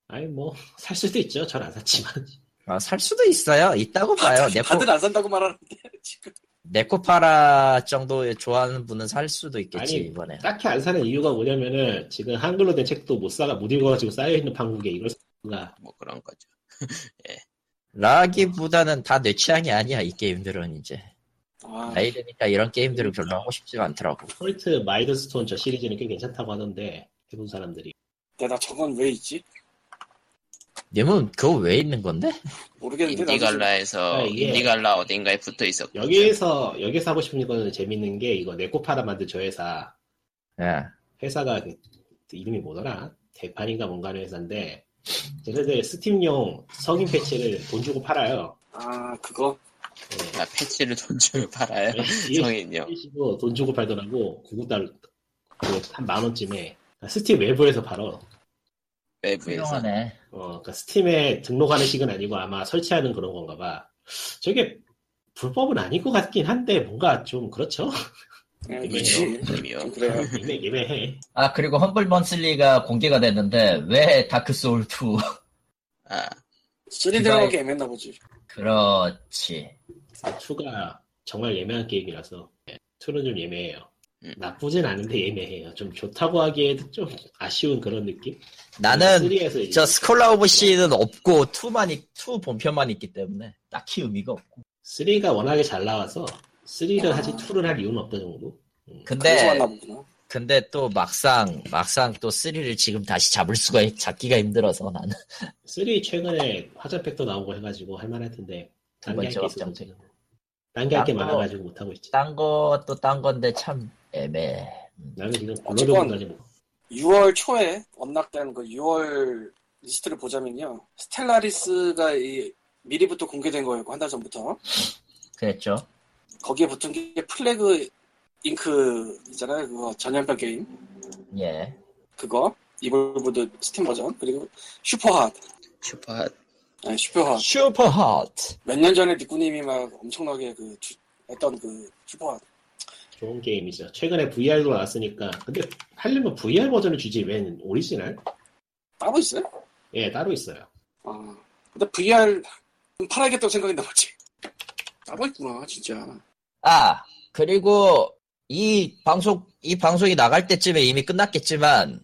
아니 뭐 살 수도 있죠. 전 안 샀지만. 아, 살 수도 있어요. 있다고 봐요. 네코, 아, 다들 안 산다고 말하는데 지금 네코파라 정도 좋아하는 분은 살 수도 있겠지 아니, 이번에. 딱히 안 사는 이유가 뭐냐면은 지금 한글로 된 책도 못 사가 못 읽어가지고 쌓여 있는 판국에 이걸 사가 뭐 그런 거죠. 라기보다는 다 내 취향이 아니야 이 게임들은 이제 아, 나이 드니까 이런 게임들은 별로 하고 싶지가 않더라고. 폴트 마이드스톤 저 시리즈는 꽤 괜찮다고 하던데 해본 사람들이 내가 저건 왜 있지? 님은 그거 왜 있는 건데? 모르겠는데 아, 나도 지금 인디갈라에서 아, 예. 인디갈라 어딘가에 붙어 있었고 여기에서 여기서 하고 싶은 거는 재밌는 게 이거 네코파라 만든 저 회사 예. 회사가 그- 그 이름이 뭐더라 대판인가 뭔가 하는 회사인데 쟤네들 스팀용 성인 패치를 돈 주고 팔아요. 아 그거 예. 아, 패치를 돈 주고 팔아요. 네. 이게 네, 성인요. 시고 돈 주고 팔더라고 9달러 그 한만 원쯤에 스팀 외부에서 팔어. 외부에서 훌륭하네. 어, 그러니까 스팀에 등록하는 식은 아니고 아마 설치하는 그런 건가 봐. 저게 불법은 아닌 것 같긴 한데 뭔가 좀 그렇죠? 예, 그냥 이게 있지 이미요. 좀 네. 그래요 예매, 예매해. 아 그리고 험블 먼슬리가 공개가 됐는데 왜 다크 소울 2? 아, 3D라고 애매했나 보지 그렇지. 추가 정말 예매한 게임이라서 투는좀 예매해요. 음. 나쁘진 않은데 예매해요. 좀 좋다고 하기에도 좀 아쉬운 그런 느낌? 그 나는 3에서 저 스콜라 오브 씨는 없고 2만 있, 2 본편만 있기 때문에 딱히 의미가 없고. 3가 워낙에 잘 나와서 3를 아. 하지 2를 할 이유는 없다 정도? 음. 그래서 근데 왔나 보구나 근데 또 막상 막상 또 3를 지금 다시 잡을 수가 잡기가 힘들어서 나는 3 최근에 화자팩도 나오고 해가지고 할만할 텐데 두 단계할 게 번째 있어서 확장팩. 지금 단계할 게 나도- 많아가지고 못하고 있지. 딴 것도 딴 건데 참 애매해. 나는 지금 아, 어쨌건- 블러드본까지 못 6월 초에 언락된 그 6월 리스트를 보자면요. 스텔라리스가 이- 미리부터 공개된 거였고, 한 달 전부터. 그랬죠. 거기에 붙은 게 플래그 잉크 있잖아요. 그거 전염병 게임. 예. 그거. 이볼브드 스팀 버전. 그리고 슈퍼핫. 슈퍼 아니, 슈퍼핫. 슈퍼 핫. 몇 년 전에 니꾸님이 막 엄청나게 그 주- 했던 그 슈퍼핫. 좋은 게임이죠. 최근에 VR도 나왔으니까 근데 하려면 VR 버전을 주지 웬 오리지널? 따로 있어요? 예 따로 있어요. 아. 근데 VR 좀 팔아야겠다고 생각이 나왔지. 따로 있구나, 진짜. 아 그리고 이 방송 이 방송이 나갈 때쯤에 이미 끝났겠지만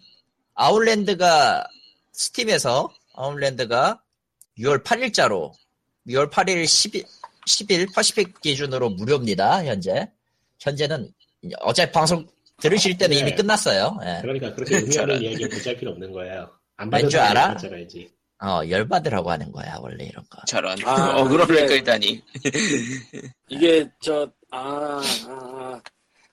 아웃랜드가 스팀에서 아웃랜드가 6월 8일자로 6월 8일 10일 10일 퍼시픽 기준으로 무료입니다 현재 현재는 어제 방송 들으실 때는 이미 네. 끝났어요. 예. 그러니까 그렇게 의미하는 잘하- 이야기 붙일 필요 없는 거예요. 안 왠 받은 줄 알아? 알아야지. 어 열받으라고 하는 거야 원래 이런 거. 저런 아, 어그로를 근데- 끌다니. 이게 저 아, 아,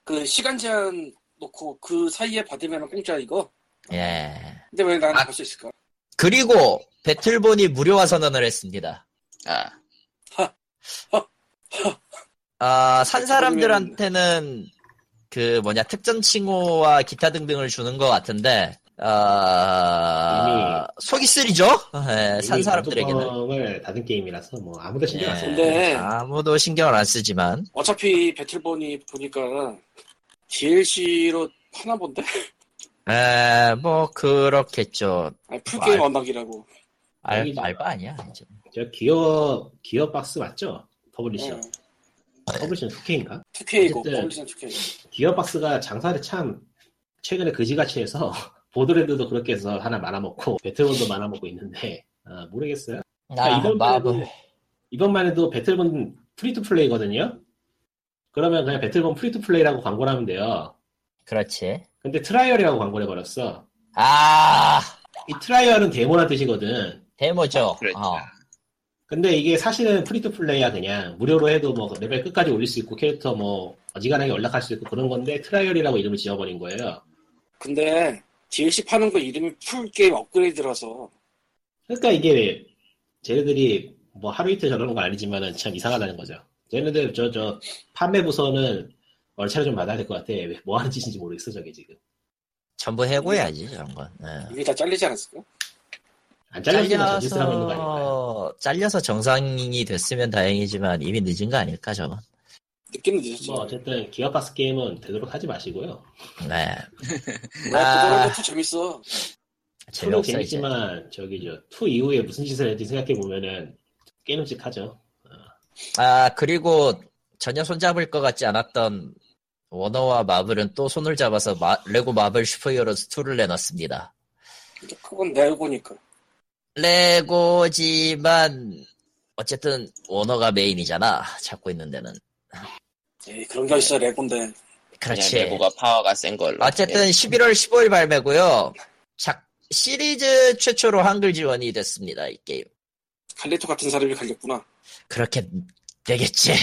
그 시간 제한 놓고 그 사이에 받으면 공짜 이거. 예. 근데 왜 나는 아. 할 수 있을까? 그리고 배틀본이 무료화 선언을 했습니다. 아, 그러니까 아, 산 사람들한테는 그 뭐냐 특전 칭호와 기타 등등을 주는 것 같은데 아 속이 쓰리죠? 예, 산 사람들에게는 을 닫은 게임이라서 뭐 아무도 뭐 신경 안 예, 써. 근데- 아무도 신경을 안 쓰지만 어차피 배틀본이 보니까 DLC로 하나 본데? 에, 뭐 그렇겠죠 아니, 풀게임 와. 언박이라고. 알, 아니죠. 알바 아니야 이제. 저 기어 기어 박스 맞죠? 퍼블리셔. 그렇죠. 네. 퍼블리셔 2K인가? 2K고, 어쨌든. 퍼블리션 2K. 기어박스가 장사를 참 최근에 그지같이 해서 보드랜드도 그렇게 해서 하나 말아먹고 배틀본도 말아먹고 있는데 아, 모르겠어요. 나 마블 해도, 그러니까 이번만 해도 배틀본 프리투플레이거든요. 그러면 그냥 배틀본 프리투플레이라고 광고를 하면 돼요. 그렇지 근데 트라이얼이라고 광고를 해버렸어. 아 이 트라이얼은 데모란 뜻이거든. 아, 데모죠 그렇죠. 어. 근데 이게 사실은 프리투플레이야 그냥 무료로 해도 뭐 레벨 끝까지 올릴 수 있고 캐릭터 뭐 어지간하게 연락할 수 있고 그런 건데 트라이얼이라고 이름을 지어버린 거예요. 근데 DLC 파는 거 이름이 풀게임 업그레이드라서 그러니까 이게 쟤네들이 뭐 하루 이틀 저러는 건 아니지만은 참 이상하다는 거죠. 쟤네들 저 저 판매 부서는 월차를 좀 받아야 될 것 같아. 왜뭐 하는 짓인지 모르겠어 저게 지금. 전부 해고해야지 저런 건 예. 이게 다 잘리지 않았을까? 안 잘리면 저 짓을 하고 있는 거 아닌가요? 잘려서 정상이 됐으면 다행이지만 이미 늦은 거 아닐까 저건. 느낌은 늦었지. 뭐 어쨌든 기어박스 게임은 되도록 하지 마시고요. 네. 야, 아. 뭐, 그거라도 재밌어. 투는 재미없어 이제. 재밌지만 저기 저투 이후에 무슨 짓을 했지 생각해 보면은 게임직하죠. 아 그리고 전혀 손잡을 것 같지 않았던 워너와 마블은 또 손을 잡아서 마- 레고 마블 슈퍼히어로즈 2를 내놨습니다. 근데 그건 내고니까. 레고지만 어쨌든 워너가 메인이잖아. 잡고 있는 데는. 에이, 그런 게 있어, 레고인데. 그냥 그렇지. 레고가 파워가 센 걸로. 어쨌든 11월 15일 발매고요. 작 시리즈 최초로 한글 지원이 됐습니다. 이 게임. 칼리토 같은 사람이 갈렸구나. 그렇게 되겠지.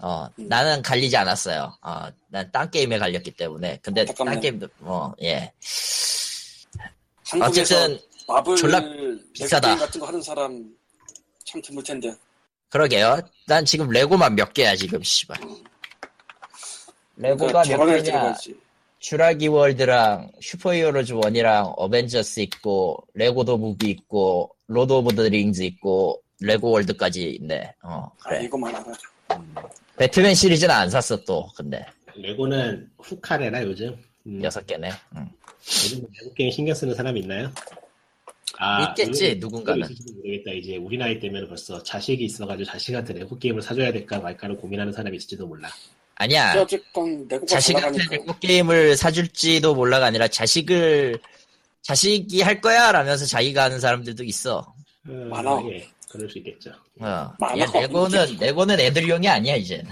어, 음. 나는 갈리지 않았어요. 어, 난 딴 게임에 갈렸기 때문에. 근데 딴 안타깝네. 게임도, 어, 예. 한국에서 어쨌든, 마블 졸라 레고 비싸다. 게임 같은 거 하는 사람 참 드물 텐데. 그러게요. 난 지금 레고만 몇 개야, 지금, 씨발. 레고가 몇 저번에 그러니까 개냐. 들어가야지. 슈라기 월드랑 슈퍼 히어로즈 1이랑 어벤져스 있고, 레고도 무비 있고, 로드 오브 더 링즈 있고, 레고 월드까지 있네. 어, 아, 그래. 이거만 알아. 배트맨 시리즈는 안 샀어, 또. 근데, 레고는 후카레라 요즘. 음, 여섯 개네. 음. 요즘 레고 게임 신경 쓰는 사람 있나요? 아, 있겠지, 물론 누군가는. 있을지도 모르겠다. 이제 우리 나이 때면 벌써 자식이 있어가지고 자식한테 레고 게임을 사줘야 될까 말까를 고민하는 사람이 있을지도 몰라. 아니야. 근데 어쨌건 레고가 잘 자식한테 나가니까. 레고 게임을 사줄지도 몰라가 아니라 자식을 자식이 할 거야 라면서 자기가 하는 사람들도 있어. 많아. 예, 그럴 수 있겠죠. 어. 많아. 얘 레고는 레고는 애들용이 아니야 이제는.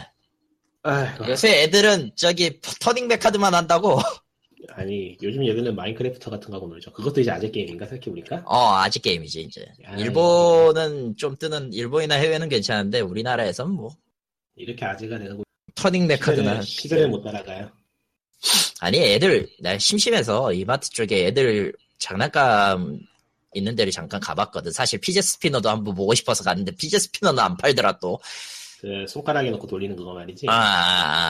아이고. 요새 애들은 저기 터닝 백카드만 한다고. 아니, 요즘 얘들은 마인크래프터 같은 거 하고 놀죠. 그것도 이제 아재 게임인가 생각해보니까? 어 아직 게임이지 이제. 아이. 일본은 좀 뜨는 일본이나 해외는 괜찮은데 우리나라에선 뭐 이렇게 아재가 돼서 뭐 터닝 네, 백카드나 시대를, 시대를 못 따라가요. 아니 애들 나 심심해서 이마트 쪽에 애들 장난감 있는 데를 잠깐 가봤거든. 사실 피젯 스피너도 한번 보고 싶어서 갔는데 피젯 스피너는 안 팔더라 또. 그 손가락에 넣고 돌리는 그거 말이지. 아,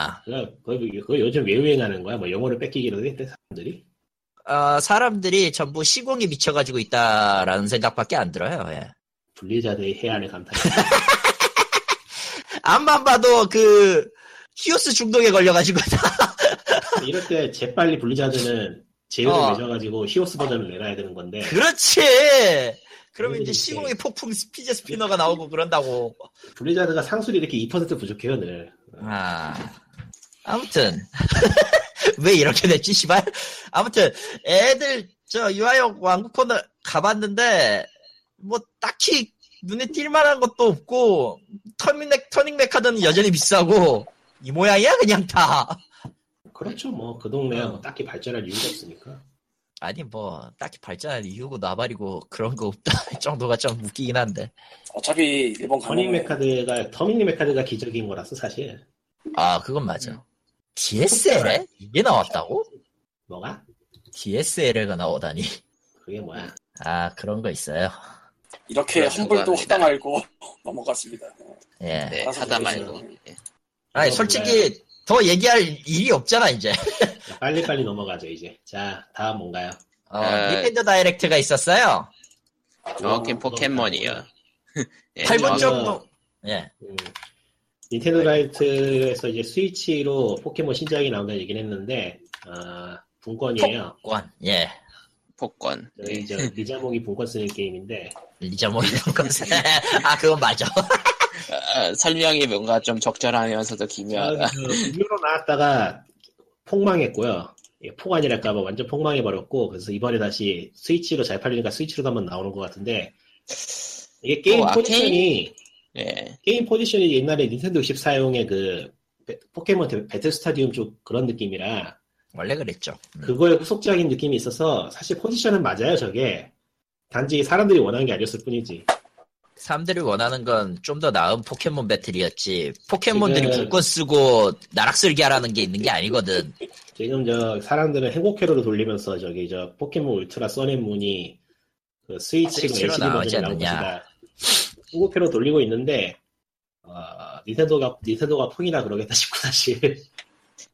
아, 그거, 그거 요즘 왜 유행하는 거야? 뭐 영어를 뺏기기로 했대, 사람들이? 아. 어, 사람들이 전부 시공이 미쳐가지고 있다라는 생각밖에 안 들어요. 예. 분리자들의 해안에 감탄. 안만 봐도 그 히오스 중독에 걸려가지고 이럴 때 재빨리 분리자들은 제휴를 어. 맺어가지고 히오스 버전을 내놔야 되는 건데 그렇지. 그러면 이제 그러니까. 시공의 폭풍 피젯 스피너가 나오고 그런다고. 분리자드가 상술이 이렇게 2% 부족해요 늘 아, 아무튼 왜 이렇게 됐지, 씨발? 아무튼 애들 저 유아역 왕국 코너 가봤는데 뭐 딱히 눈에 띌만한 것도 없고 터미넥 터닝 메카드는 여전히 비싸고 이 모양이야 그냥 다. 그렇죠 뭐 그 동네야 어. 뭐 딱히 발전할 이유가 없으니까 아니 뭐 딱히 발전할 이유고 나발이고 그런 거 없다 정도가 좀 웃기긴 한데. 어차피 일본 가면 터닝 메카드가 터닝 메카드가 기적인 거라서 사실 아 그건 맞아. DSL 이게 나왔다고? 뭐가 DSL가 나오다니. 그게 뭐야 아 그런 거 있어요. 이렇게 그래서 그렇죠. 험불도 네. 그거 하다 말고 넘어갔습니다. 예. 예. 네, 알아서 사다 모르겠어요. 말고. 예. 아니 어, 솔직히 더 얘기할 일이 없잖아 이제. 자, 빨리빨리 넘어가죠 이제. 자 다음 뭔가요? 어, 아. 닌텐도 다이렉트가 있었어요. 정확히 포켓몬이요. 예, 8분 정확히- 정도. 예. 음, 닌텐도 라이트에서 이제 스위치로 포켓몬 신작이 나온다 얘기는 했는데 아, 분권이에요. 권. 예. 복권. 저희 저 리자몽이 분권 쓰는 게임인데 잊어먹는 것. 아 그건 맞아. 아, 설명이 뭔가 좀 적절하면서도 기묘하다. 유료로 그 나왔다가 폭망했고요. 예, 폭안이랄까봐 완전 폭망해버렸고 그래서 이번에 다시 스위치로 잘 팔리니까 스위치로도 한번 나오는 것 같은데 이게 게임 어, 아케이드? 포지션이 예. 게임 포지션이 옛날에 닌텐도 64용의 그 배- 포켓몬 대- 배틀 스타디움 쪽 그런 느낌이라 원래 그랬죠. 음. 그거의 후속작인 느낌이 있어서 사실 포지션은 맞아요 저게 단지 사람들이 원하는 게 아니었을 뿐이지 사람들이 원하는 건 좀 더 나은 포켓몬 배틀이었지. 포켓몬들이 지금- 복권 쓰고 나락 쓸기 하라는 게 있는 게 아니거든. 지금 저 사람들은 행복회로를 돌리면서 저기 저 포켓몬 울트라 써낸문이 그 스위치로 스위치로 LCD 나오지 버전이 나온 않느냐. 것이다 행복회로 돌리고 있는데 어, 닌텐도가 닌텐도가 포기나 그러겠다 싶고 사실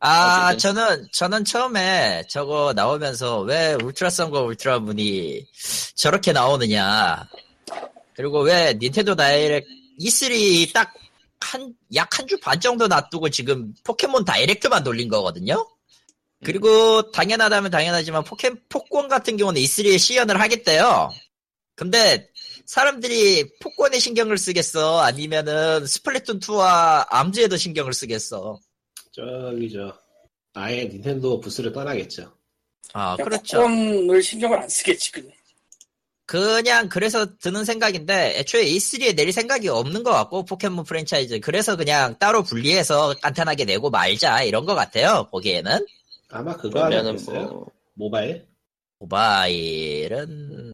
아, 어쨌든. 저는, 저는 처음에 저거 나오면서 왜 울트라썬과 울트라문이 저렇게 나오느냐. 그리고 왜 닌텐도 다이렉, E3 딱 한, 약 한 주 반 정도 놔두고 지금 포켓몬 다이렉트만 돌린 거거든요? 그리고 당연하다면 당연하지만 포켓, 폭권 같은 경우는 E3에 시연을 하겠대요. 근데 사람들이 폭권에 신경을 쓰겠어? 아니면은 스플래툰 2와 암즈에도 신경을 쓰겠어? 저기 저 아예 닌텐도 부스를 떠나겠죠 아, 그러니까 그렇죠. 복권을 신경을 안 쓰겠지 그냥. 그냥 그래서 드는 생각인데 애초에 E3에 내릴 생각이 없는 것 같고 포켓몬 프랜차이즈 그래서 그냥 따로 분리해서 간단하게 내고 말자 이런 것 같아요 보기에는 아마 그거 하나 그러면은 있어요 뭐 모바일 모바일은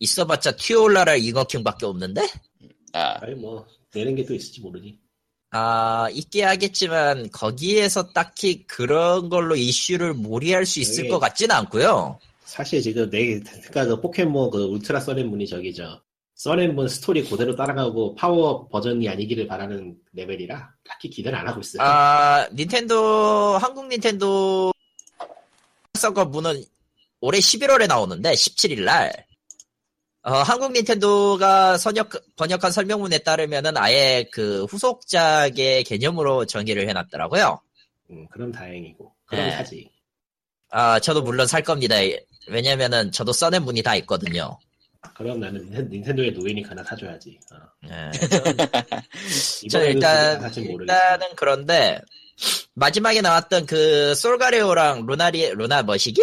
있어봤자 튀어올라랄 잉어킹밖에 없는데 아, 아니 뭐 내는 게 또 있을지 모르니 아 있게 하겠지만 거기에서 딱히 그런 걸로 이슈를 몰이할 수 있을 네. 것 같진 않고요 사실 지금 내 그러니까 그 포켓몬 그 울트라 써낸문이 저기 저 써낸문 스토리 그대로 따라가고 파워 버전이 아니기를 바라는 레벨이라 딱히 기대를 안 하고 있어요. 아 닌텐도 한국 닌텐도 서거 문은 올해 11월에 나오는데 17일 날 어, 한국 닌텐도가 선역, 번역한 설명문에 따르면은 아예 그 후속작의 개념으로 정의를 해놨더라고요. 음, 그럼 다행이고 그럼 네. 사지. 아 저도 물론 살 겁니다. 왜냐면은 저도 써낸 문이 다 있거든요. 그럼 나는 닌텐, 닌텐도의 노인이니까 하나 사줘야지. 어. 예, 저 이번에는 일단 그게 나갈진 모르겠어. 일단은 그런데 마지막에 나왔던 그 솔가레오랑 루나리 루나 머시기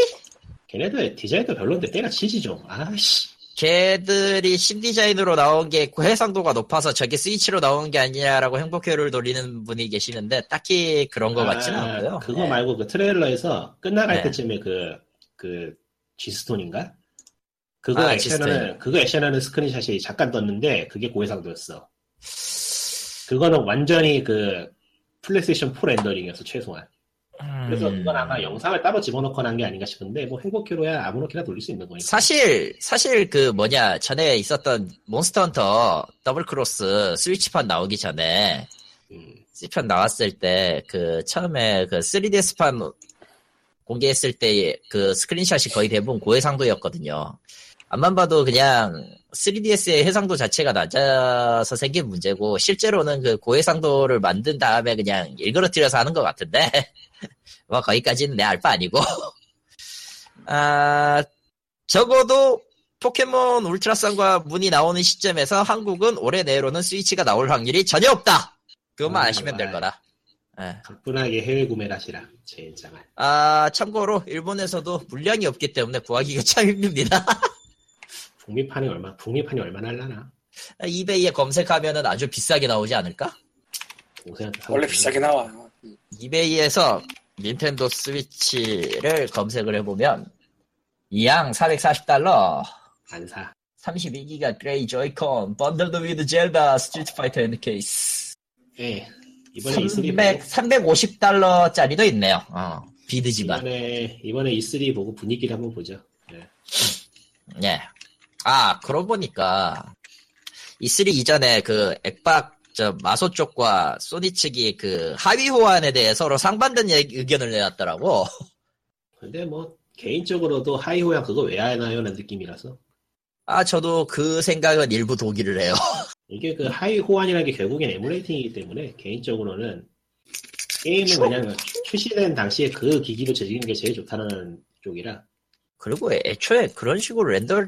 걔네들 디자인도 별론데 때려치지 좀. 아씨. 걔들이 신디자인으로 나온 게그 해상도가 높아서 저게 스위치로 나온 게 아니냐라고 행복회를 돌리는 분이 계시는데 딱히 그런 것 같지는 않고요. 아, 그거 네. 말고 그 트레일러에서 끝나갈 네. 때쯤에 그, 그, G스톤인가? 그거 아, 액션하는, G스톤. 그거 액션하는 스크린샷이 잠깐 떴는데, 그게 고해상도였어. 그거는 완전히 그, 플레이스테이션 4 렌더링이었어, 최소한. 그래서 음. 그건 아마 영상을 따로 집어넣거나 한 게 아닌가 싶은데, 뭐 행복해로야 아무렇게나 돌릴 수 있는 거니까. 사실 사실 그 뭐냐 전에 있었던 몬스터헌터 더블 크로스 스위치판 나오기 전에 음, 스위치판 나왔을 때 그 처음에 그 3DS판 공개했을 때 그 스크린샷이 거의 대부분 고해상도였거든요. 앞만 봐도 그냥 3DS의 해상도 자체가 낮아서 생긴 문제고 실제로는 그 고해상도를 만든 다음에 그냥 일그러뜨려서 하는 것 같은데 뭐 거기까지는 내 알 바 아니고 아 적어도 포켓몬 울트라썬과 문이 나오는 시점에서 한국은 올해 내로는 스위치가 나올 확률이 전혀 없다. 그것만 아, 아시면 될 아. 거다. 예. 가뿐하게 해외 구매를 하시라, 제일 장한. 아 참고로 일본에서도 물량이 없기 때문에 구하기가 참 힘듭니다. 북미판이 얼마, 북미판이 얼마나 할라나? 이베이에 검색하면은 아주 비싸게 나오지 않을까? 동생한테 사고 원래 싶네. 비싸게 나와. 음. 이베이에서 닌텐도 스위치를 검색을 해보면 이양 440달러 안 사. 32기가 그레이 조이콘 번들드 위드 젤다 스트리트 파이터 앤드 케이스 예. 이번에 E3 보고 300, 350달러짜리도 있네요 어, 비드지만 이번에 이번에 E3 보고 분위기를 한번 보죠. 예. 예. 아 그러고 보니까 E3 이전에 그 액박 저 마소 쪽과 소니 측이 그 하위 호환에 대해 서로 상반된 얘기- 의견을 내놨더라고. 근데 뭐 개인적으로도 하이호야 그거 왜 하나요라는 느낌이라서 아 저도 그 생각은 일부 동의를 해요. 이게 그 하이호환이라는 게 결국엔 에뮬레이팅이기 때문에 개인적으로는 게임은 그냥 출시된 당시에 그 기기로 즐기는 게 제일 좋다는 쪽이라 그리고 애초에 그런 식으로 렌더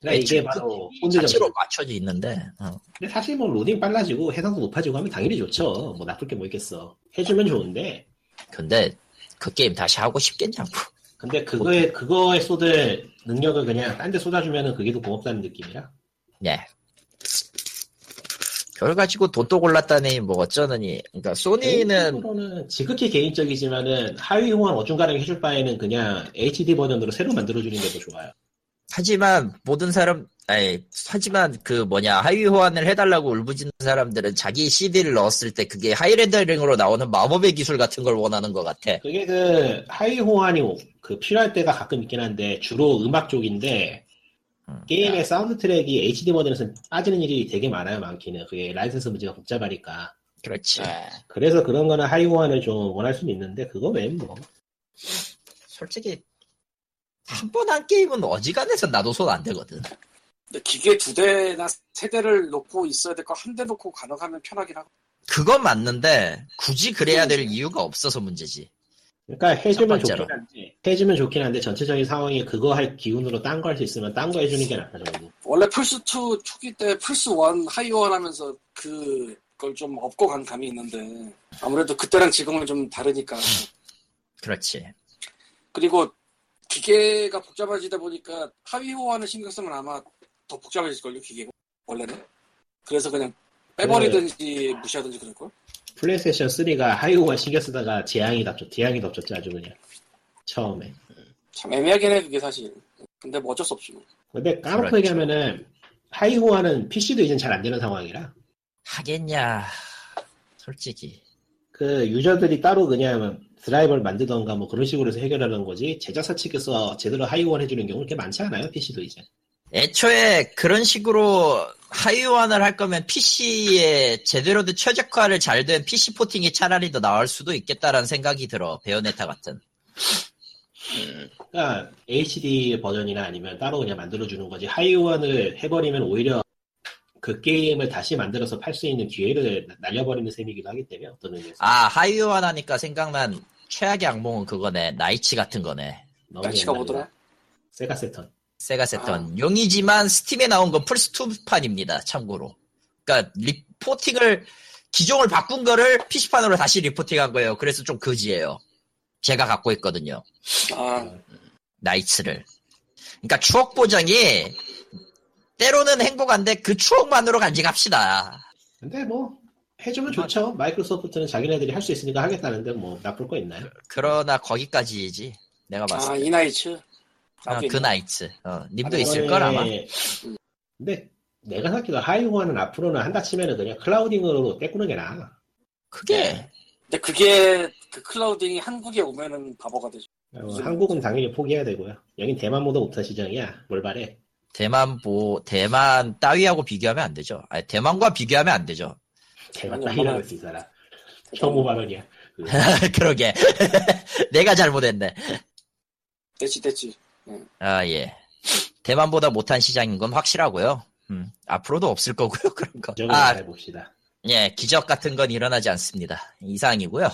그러니까 이게 애초에 네, 바로 그 혼재 정신 자체로 맞춰져 있는데 어. 근데 사실 뭐 로딩 빨라지고 해상도 높아지고 하면 당연히 좋죠. 뭐 나쁠 게 뭐 있겠어. 해주면 좋은데. 근데 그 게임 다시 하고 싶겠냐고. 근데 그거에 그거에 쏟을 능력을 그냥 딴 데 쏟아주면은 그게 더 고맙다는 느낌이라. 네. 그걸 가지고 돈도 골랐다니 뭐 어쩌느니. 그러니까 소니는 개인적으로는 지극히 개인적이지만은 하위 호환 어중간하게 해줄 바에는 그냥 HD 버전으로 새로 만들어주는 게 더 좋아요. 하지만 모든 사람 아니 하지만 그 뭐냐 하위 호환을 해달라고 울부짖는 사람들은 자기 CD를 넣었을 때 그게 하이렌더링으로 나오는 마법의 기술 같은 걸 원하는 것 같아. 그게 그 하위 호환이 오- 그 필요할 때가 가끔 있긴 한데 주로 음악 쪽인데 음. 게임의 사운드 트랙이 HD 버전에서 빠지는 일이 되게 많아요. 많기는 그게 라이선스 문제가 복잡하니까. 그렇지. 네. 아, 그래서 그런 거는 하이호환을 좀 원할 수는 있는데 그거 외엔 뭐 솔직히 한 번 한 게임은 어지간해서 나도 손 안 대거든. 근데 기계 두 대나 세 대를 놓고 있어야 될 거 한 대 놓고 가능하면 편하긴 하고. 그건 맞는데 굳이 그래야 될 이유가 없어서 문제지. 그러니까 해주면 첫 번째로. 좋긴 한데 해주면 좋긴 한데 전체적인 상황이 그거 할 기운으로 딴 거 할 수 있으면 딴 거 해주는 게 낫다 저는 원래 플스2 초기 때 플스1 하이원 하면서 그걸 좀 업고 간 감이 있는데 아무래도 그때랑 지금은 좀 다르니까 그렇지. 그리고 기계가 복잡해지다 보니까 하위 호환을 신경 쓰면 아마 더 복잡해질걸요 기계가 원래는 그래서 그냥 네. 빼버리든지 무시하든지 그럴걸 플레이스테이션 3가 하이호환 신경 쓰다가 재앙이 덮쳤 재앙이 덮쳤지 아주 그냥 처음에 참 애매하긴 해 그게 사실 근데 뭐 어쩔 수 없지 뭐. 근데 까놓고 그렇죠. 얘기하면은 하이호환은 PC도 이젠 잘 안 되는 상황이라 하겠냐. 솔직히. 그 유저들이 따로 그냥 드라이버를 만들던가 뭐 그런 식으로 해서 해결하는 거지 제작사 측에서 제대로 하이호환 해주는 경우 그렇게 많지 않아요 PC도 이제 애초에 그런 식으로 하위환을 할 거면 PC에 제대로 된 최적화를 잘 된 PC 포팅이 차라리 더 나을 수도 있겠다라는 생각이 들어. 베요네타 같은. 음, 그러니까 HD 버전이나 아니면 따로 그냥 만들어주는 거지 하이오환을 해버리면 오히려 그 게임을 다시 만들어서 팔 수 있는 기회를 나- 날려버리는 셈이기도 하기 때문에 어떤 의미에서 아, 하위환 하니까 생각난 최악의 악몽은 그거네. 나이치 같은 거네. 너무 날씨가 옛날이라. 뭐더라 세가 세턴 세가 세턴. 용이지만 스팀에 나온 건 플스2판입니다. 참고로. 그러니까 리포팅을, 기종을 바꾼 거를 PC판으로 다시 리포팅한 거예요. 그래서 좀 거지예요. 제가 갖고 있거든요. 아 나이츠를. 그러니까 추억 보정이 때로는 행복한데 그 추억만으로 간직합시다. 근데 뭐 해주면 좋죠 마이크로소프트는 자기네들이 할 수 있으니까 하겠다는데 뭐 나쁠 거 있나요? 그러나 거기까지이지. 내가 봤을 아, 때. 이나이츠 어, 아, 나도 그 있네. 나이츠. 어, 님도 아니, 네. 있을 걸 아마. 이번에- 근데 내가 생각해도 하이오환은 앞으로는 한다 치면은 그냥 클라우딩으로 떼꾸는 게 나아 그게 근데 그게 그 클라우딩이 한국에 오면은 바보가 되죠 어, 한국은 당연히 포기해야 되고요 여긴 대만보다 못한 시장이야 뭘 바래 대만 보 대만 따위하고 비교하면 안 되죠. 아니, 대만과 비교하면 안 되죠. 대만 아니, 땅이라고 뭐. 얼마나- 했이 사람. 혐오 발언이야. 그, 그러게. 내가 잘못했네. 됐지 됐지 아 예. 대만보다 못한 시장인 건 확실하고요. 음, 앞으로도 없을 거고요. 그런 거. 저거 아 잘 봅시다. 예, 기적 같은 건 일어나지 않습니다. 이상이고요.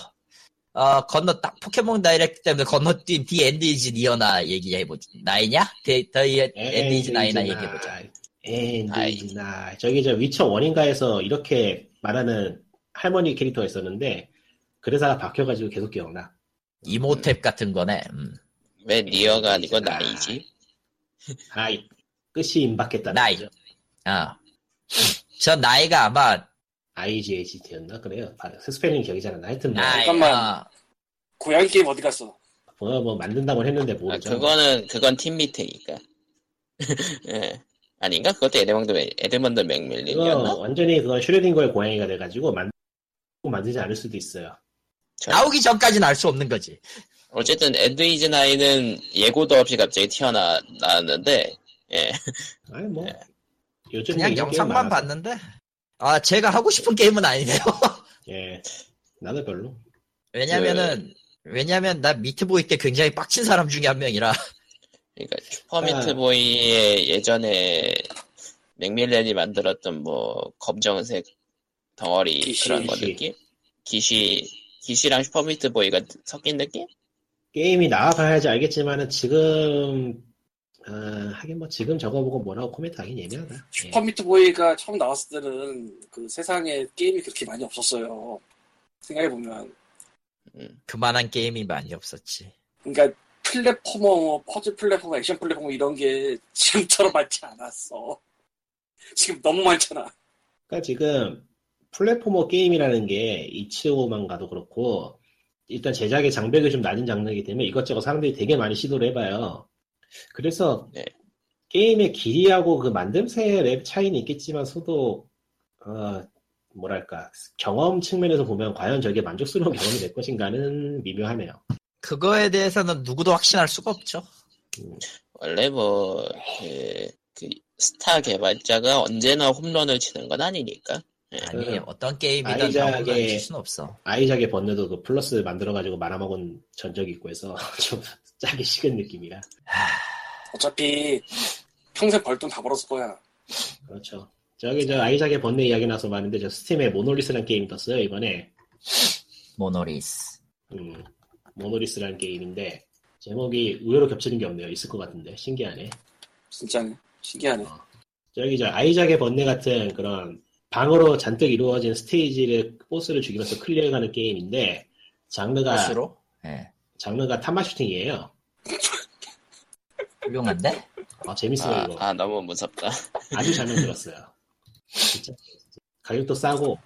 어, 건너 딱 포켓몬 다이렉트 때문에 건너뛴 디 엔디지 니어나 얘기해보자. 나이냐? 디, 더 이- 엔디지 나이나 얘기해보자. 엔디지 나. 저기 저 위쳐 원인가에서 이렇게 말하는 할머니 캐릭터가 있었는데 그 대사가 박혀가지고 계속 기억나. 이모탭 같은 거네. 음. 왜 니어가 아니고 나이지? 아이 끝이 임박했다. 나이. 아. 저 나이가 아마, IGHT였나 그래요. 바로 스페링 기억이 잘 안 나. 하여튼 뭐 나이, 네, 잠깐만. 아, 고양이 게임 어디 갔어 뭐, 뭐 만든다고 했는데 아, 모르죠. 그거는 그건 팀 밑에니까. 예. 아닌가? 그것도 에드먼드 맥- 에드먼드 맥밀린이었나? 그거 완전히 그건 슈레딩거의 고양이가 돼가지고 만 만들지 않을 수도 있어요. 나오기 전까지는 알 수 없는 거지. 어쨌든 엔드이즈 나이는 예고도 없이 갑자기 튀어나왔는데 예. 아니 뭐 요즘 그냥 영상만 봤는데, 아, 제가 하고 싶은 게임은 아니네요. 예. 나도 별로. 네. 왜냐면은, 왜냐면 나 미트보이 때 굉장히 빡친 사람 중에 한 명이라. 그러니까 슈퍼미트보이의 예전에 맥밀런이 만들었던 뭐 검정색 덩어리 기시, 그런 거 기시. 느낌? 기시 기시랑 슈퍼미트보이가 섞인 느낌? 게임이 나와봐야지 알겠지만은 지금 아, 하긴 뭐 지금 저거 보고 뭐라고 코멘트하긴 예매하다. 슈퍼미트보이가 처음 나왔을 때는 그 세상에 게임이 그렇게 많이 없었어요. 생각해보면. 그만한 게임이 많이 없었지. 그러니까 플랫포머, 퍼즐 플랫포머, 액션 플랫포머 이런 게 지금처럼 많지 않았어. 지금 너무 많잖아. 그러니까 지금 플랫포머 게임이라는 게 이치오만 가도 그렇고 일단 제작의 장벽이 좀 낮은 장르이기 때문에 이것저것 사람들이 되게 많이 시도를 해봐요. 그래서 네. 게임의 길이하고 그 만듦새의 랩 차이는 있겠지만 서도 어, 뭐랄까 경험 측면에서 보면 과연 저게 만족스러운 경험이 될 것인가는 미묘하네요. 그거에 대해서는 누구도 확신할 수가 없죠. 원래 뭐 그 스타 개발자가 언제나 홈런을 치는 건 아니니까 아니, 어떤 게임이든 네. 그러니까 아이작의- 다 칠 수는 없어. 아이작의 번뇌도 그 플러스 만들어가지고 말아먹은 전적이 있고 해서 좀 짜기 식은 느낌이라 어차피 평생 벌 돈 다 벌었을 거야. 그렇죠 저기 저 아이작의 번뇌 이야기 나서 말인데 저 스팀에 모노리스라는 게임 떴어요 이번에 모노리스. 음, 모노리스라는 게임인데 제목이 의외로 겹치는 게 없네요 있을 것 같은데 신기하네 진짜네. 신기하네. 저기 저 아이작의 번뇌 같은 그런 방으로 잔뜩 이루어진 스테이지를 보스를 죽이면서 클리어해가는 게임인데 장르가 스스로? 예. 장르가 타마슈팅이에요 훌륭한데? 아 재밌어요 아, 이거 아, 너무 무섭다 아주 잘 만들었어요. 진짜. 가격도 싸고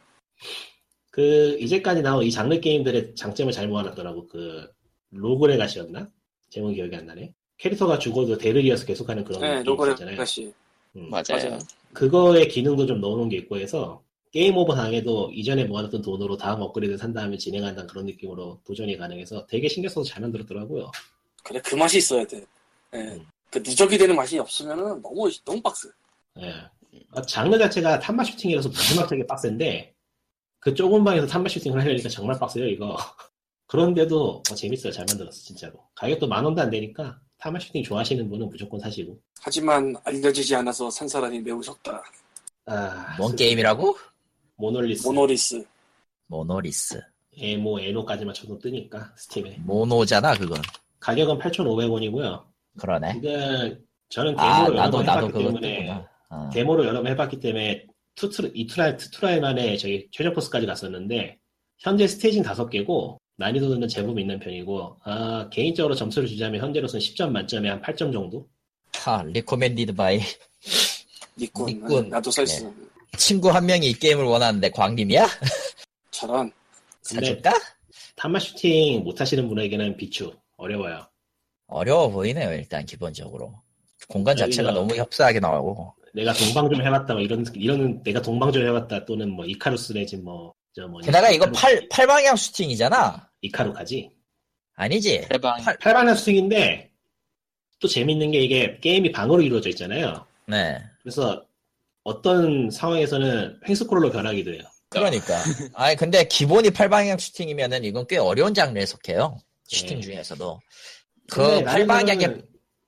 그 이제까지 나온 이 장르 게임들의 장점을 잘 모아놨더라고 그 로그레가시였나? 제목 기억이 안 나네. 캐릭터가 죽어도 대를 이어서 계속하는 그런 네, 게임 로고레 있었잖아요. 다시. 음. 맞아요. 맞아요. 그거의 기능도 좀 넣어놓은 게 있고 해서 게임 오버 당해도 이전에 모아놨던 돈으로 다음 업그레이드 산 다음에 진행한다는 그런 느낌으로 도전이 가능해서 되게 신경 써서 잘 만들었더라고요. 그래, 그 맛이 있어야 돼. 예. 음. 그 누적이 되는 맛이 없으면은 너무, 너무 빡세. 예. 아, 장르 자체가 탄마 슈팅이라서 무지막지하게 빡센데 그 좁은 방에서 탄마 슈팅을 하려니까 정말 빡세요 이거 그런데도 어, 재밌어요 잘 만들었어 진짜로 가격도 만 원도 안 되니까 탄마 슈팅 좋아하시는 분은 무조건 사시고 하지만 알려지지 않아서 산 사람이 매우 적다. 아, 뭔 슬- 게임이라고? 모놀리스 모노리스. 모노리스. 에모 에노까지만 쳐도 뜨니까 스팀에 모노잖아, 그건. 가격은 8,500원이고요 그러네. 지금 저는 데모로 아, 여러 나도, 번 나도 해봤기 그거 때문에 뜨구나. 어. 데모로 여러 번 해봤기 때문에 투트라, 이트라, 투트라이 만에 저희 최종 보스까지 갔었는데 현재 스테이지는 다섯 개고 난이도는 제법 있는 편이고 아, 개인적으로 점수를 주자면 현재로서는 10점 만점에 한 8점 정도? 하, 리코멘디드 바이. 니꾼. 니꾼. 나도 살 수. 친구 한 명이 이 게임을 원하는데 광님이야? 네. 저런. 사줄까? 탄마 슈팅 못하시는 분에게는 비추 어려워요. 어려워 보이네요, 일단, 기본적으로. 공간 자체가 여기가- 너무 협소하게 나오고. 내가 동방 좀 해봤다 뭐 이런 이런 내가 동방 좀 해봤다 또는 뭐 이카루스 레진 뭐저 뭐냐 게다가 이거 이카루- 팔, 팔방향 슈팅이잖아? 이카루까지 아니지? 해방 팔- 팔반한 슈팅인데 또 재밌는 게 이게 게임이 방으로 이루어져 있잖아요. 네. 그래서 어떤 상황에서는 횡스크롤로 변하기도 해요. 그러니까. 아니, 근데 기본이 팔방향 슈팅이면은 이건 꽤 어려운 장르에 속해요. 슈팅 예. 중에서도. 근데 음. 그 나름대로는- 팔방향의,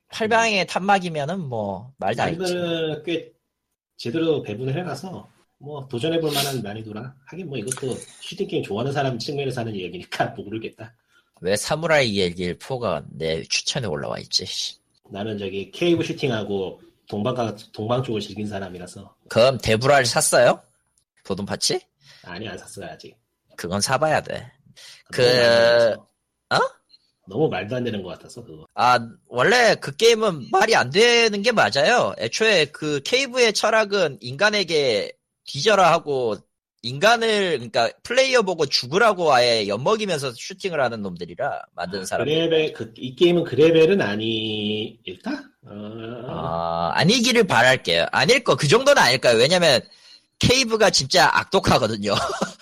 팔방향의 탄막이면은 뭐, 말 다 있지. 나름대로는 꽤 제대로 배분을 해놔서 뭐 도전해볼 만한 난이도라 하긴 뭐 이것도 슈팅 게임 좋아하는 사람 측면에서 하는 얘기니까 모르겠다. 왜 사무라이 얘기일 4가 내 추천에 올라와 있지? 씨. 나는 저기 케이브 슈팅하고 동방가 동방 쪽을 즐긴 사람이라서 그럼 데브라를 샀어요? 보돈 파츠? 아니 안 샀어요 아직. 그건 사봐야 돼. 그- 너무 말도 안 돼서. 어? 너무 말도 안 되는 것 같아서 그거. 아, 원래 그 게임은 말이 안 되는 게 맞아요. 애초에 그 케이브의 철학은 인간에게 뒤져라 하고, 인간을, 그러니까 플레이어 보고 죽으라고 아예 엿먹이면서 슈팅을 하는 놈들이라, 만든 사람. 그레벨 그, 이 게임은 그레벨은 아닐까? 어, 아, 아니기를 바랄게요. 아닐 거, 그 정도는 아닐까요? 왜냐면, 케이브가 진짜 악독하거든요.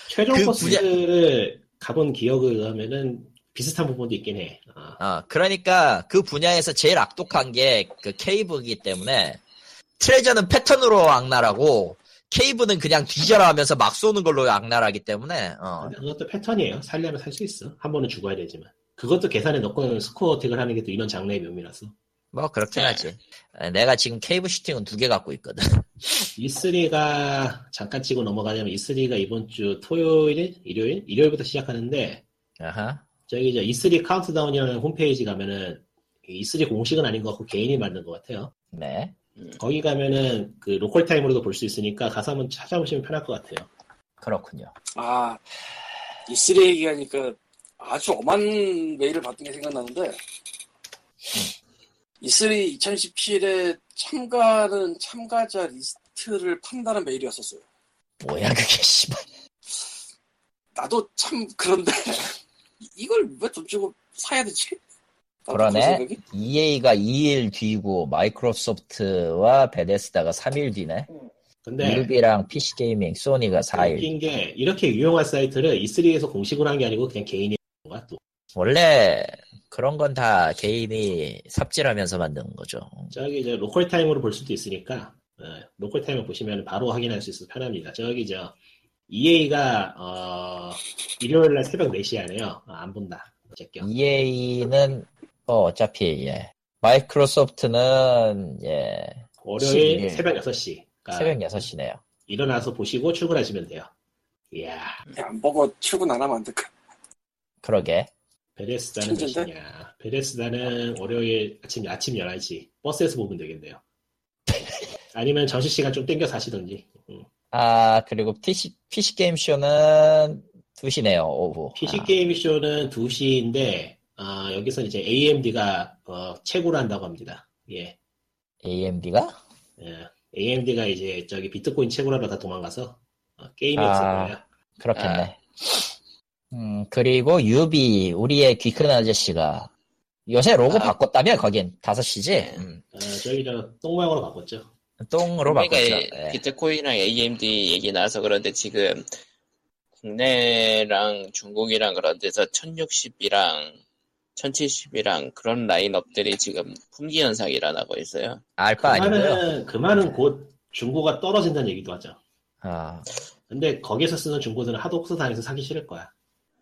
최종 그 코스를 가본 기억을 의하면은 비슷한 부분도 있긴 해. 아. 아, 그러니까 그 분야에서 제일 악독한 게 그 케이브이기 때문에 트레저는 패턴으로 악랄하고 케이브는 그냥 뒤져라 하면서 막 쏘는 걸로 악랄하기 때문에 어. 근데 그것도 패턴이에요. 살려면 살 수 있어. 한 번은 죽어야 되지만. 그것도 계산에 넣고 스코어 택을 하는 게 또 이런 장르의 묘미라서. 뭐 그렇긴 네. 하지. 에, 내가 지금 케이브 슈팅은 두 개 갖고 있거든. E3가 E 잠깐 치고 넘어가자면 E3가 이번 주 토요일, 일요일, 일요일부터 시작하는데 아하. 저기 저 E3 카운트다운이라는 홈페이지 가면은 E3 공식은 아닌 것 같고 개인이 만든 것 같아요. 네. 거기 가면은 그 로컬 타임으로도 볼 수 있으니까 가서 한번 찾아보시면 편할 것 같아요. 그렇군요. 아, E3 얘기하니까 아주 엄한 메일을 받은 게 생각나는데, E3 2017에 참가는 참가자 리스트를 판다는 메일이 왔었어요. 뭐야 그게 씨발. 나도 참 그런데, 이걸 왜 돈 주고 사야 되지? 나도 그러네. 그런 생각이? EA가 2일 뒤고 마이크로소프트와 베데스다가 3일 뒤네. 근데 유비랑 PC 게이밍, 소니가 4일. 웃긴 게 이렇게 유용한 사이트를 E3에서 공식으로 한 게 아니고 그냥 개인이 한 거야 또. 원래 그런 건 다 개인이 삽질하면서 만드는 거죠. 저기 저 로컬 타임으로 볼 수도 있으니까 어, 로컬 타임을 보시면 바로 확인할 수 있어서 편합니다. 저기 저 EA가 어, 일요일 날 새벽 4시 안에요. 아, 안 본다. 제껴. EA는 E 어, 어차피 예. 마이크로소프트는 예. 월요일 12일. 새벽 6시. 아. 그러니까 새벽 6시네요. 일어나서 보시고 출근하시면 돼요. 이야, 야, 예, 안 보고 출근 안 하면 안 될까? 그러게. 베레스다는 진짜인데? 몇시냐? 베레스다는 월요일 아침 아침 11시 버스에서 보면 되겠네요. 아니면 점심 시간 좀 땡겨 사시던지. 음. 아, 그리고 PC PC 게임 쇼는 2시네요. 오후. PC 아, 게임 쇼는 2시인데 아, 여기서 이제 AMD가 최고로 한다고 합니다. 예. 어, AMD가 AMD가 이제 저기 비트코인 최고라로 다 도망가서 어, 게임이 아. 없을 거예요. 그렇겠네. 아. 음, 그리고 유비 우리의 귀 큰 아저씨가 요새 로고 아. 음. 바꿨다며 거긴 5시지? 음, 어, 저기 저 똥모양으로 바꿨죠. 똥으로 그러니까 바꿨죠. 이- 예. 비트코인이랑 AMD 얘기 나와서 그런데 지금 국내랑 중국이랑 그런 데서 1060이랑 1070이랑 그런 라인업들이 지금 품귀 현상이 일어나고 있어요. 알바 아니고요. 그만은 그만은 곧 중고가 떨어진다는 얘기도 하죠. 아, 근데 거기서 쓰는 중고들은 하도 혹사당해서 사기 싫을 거야.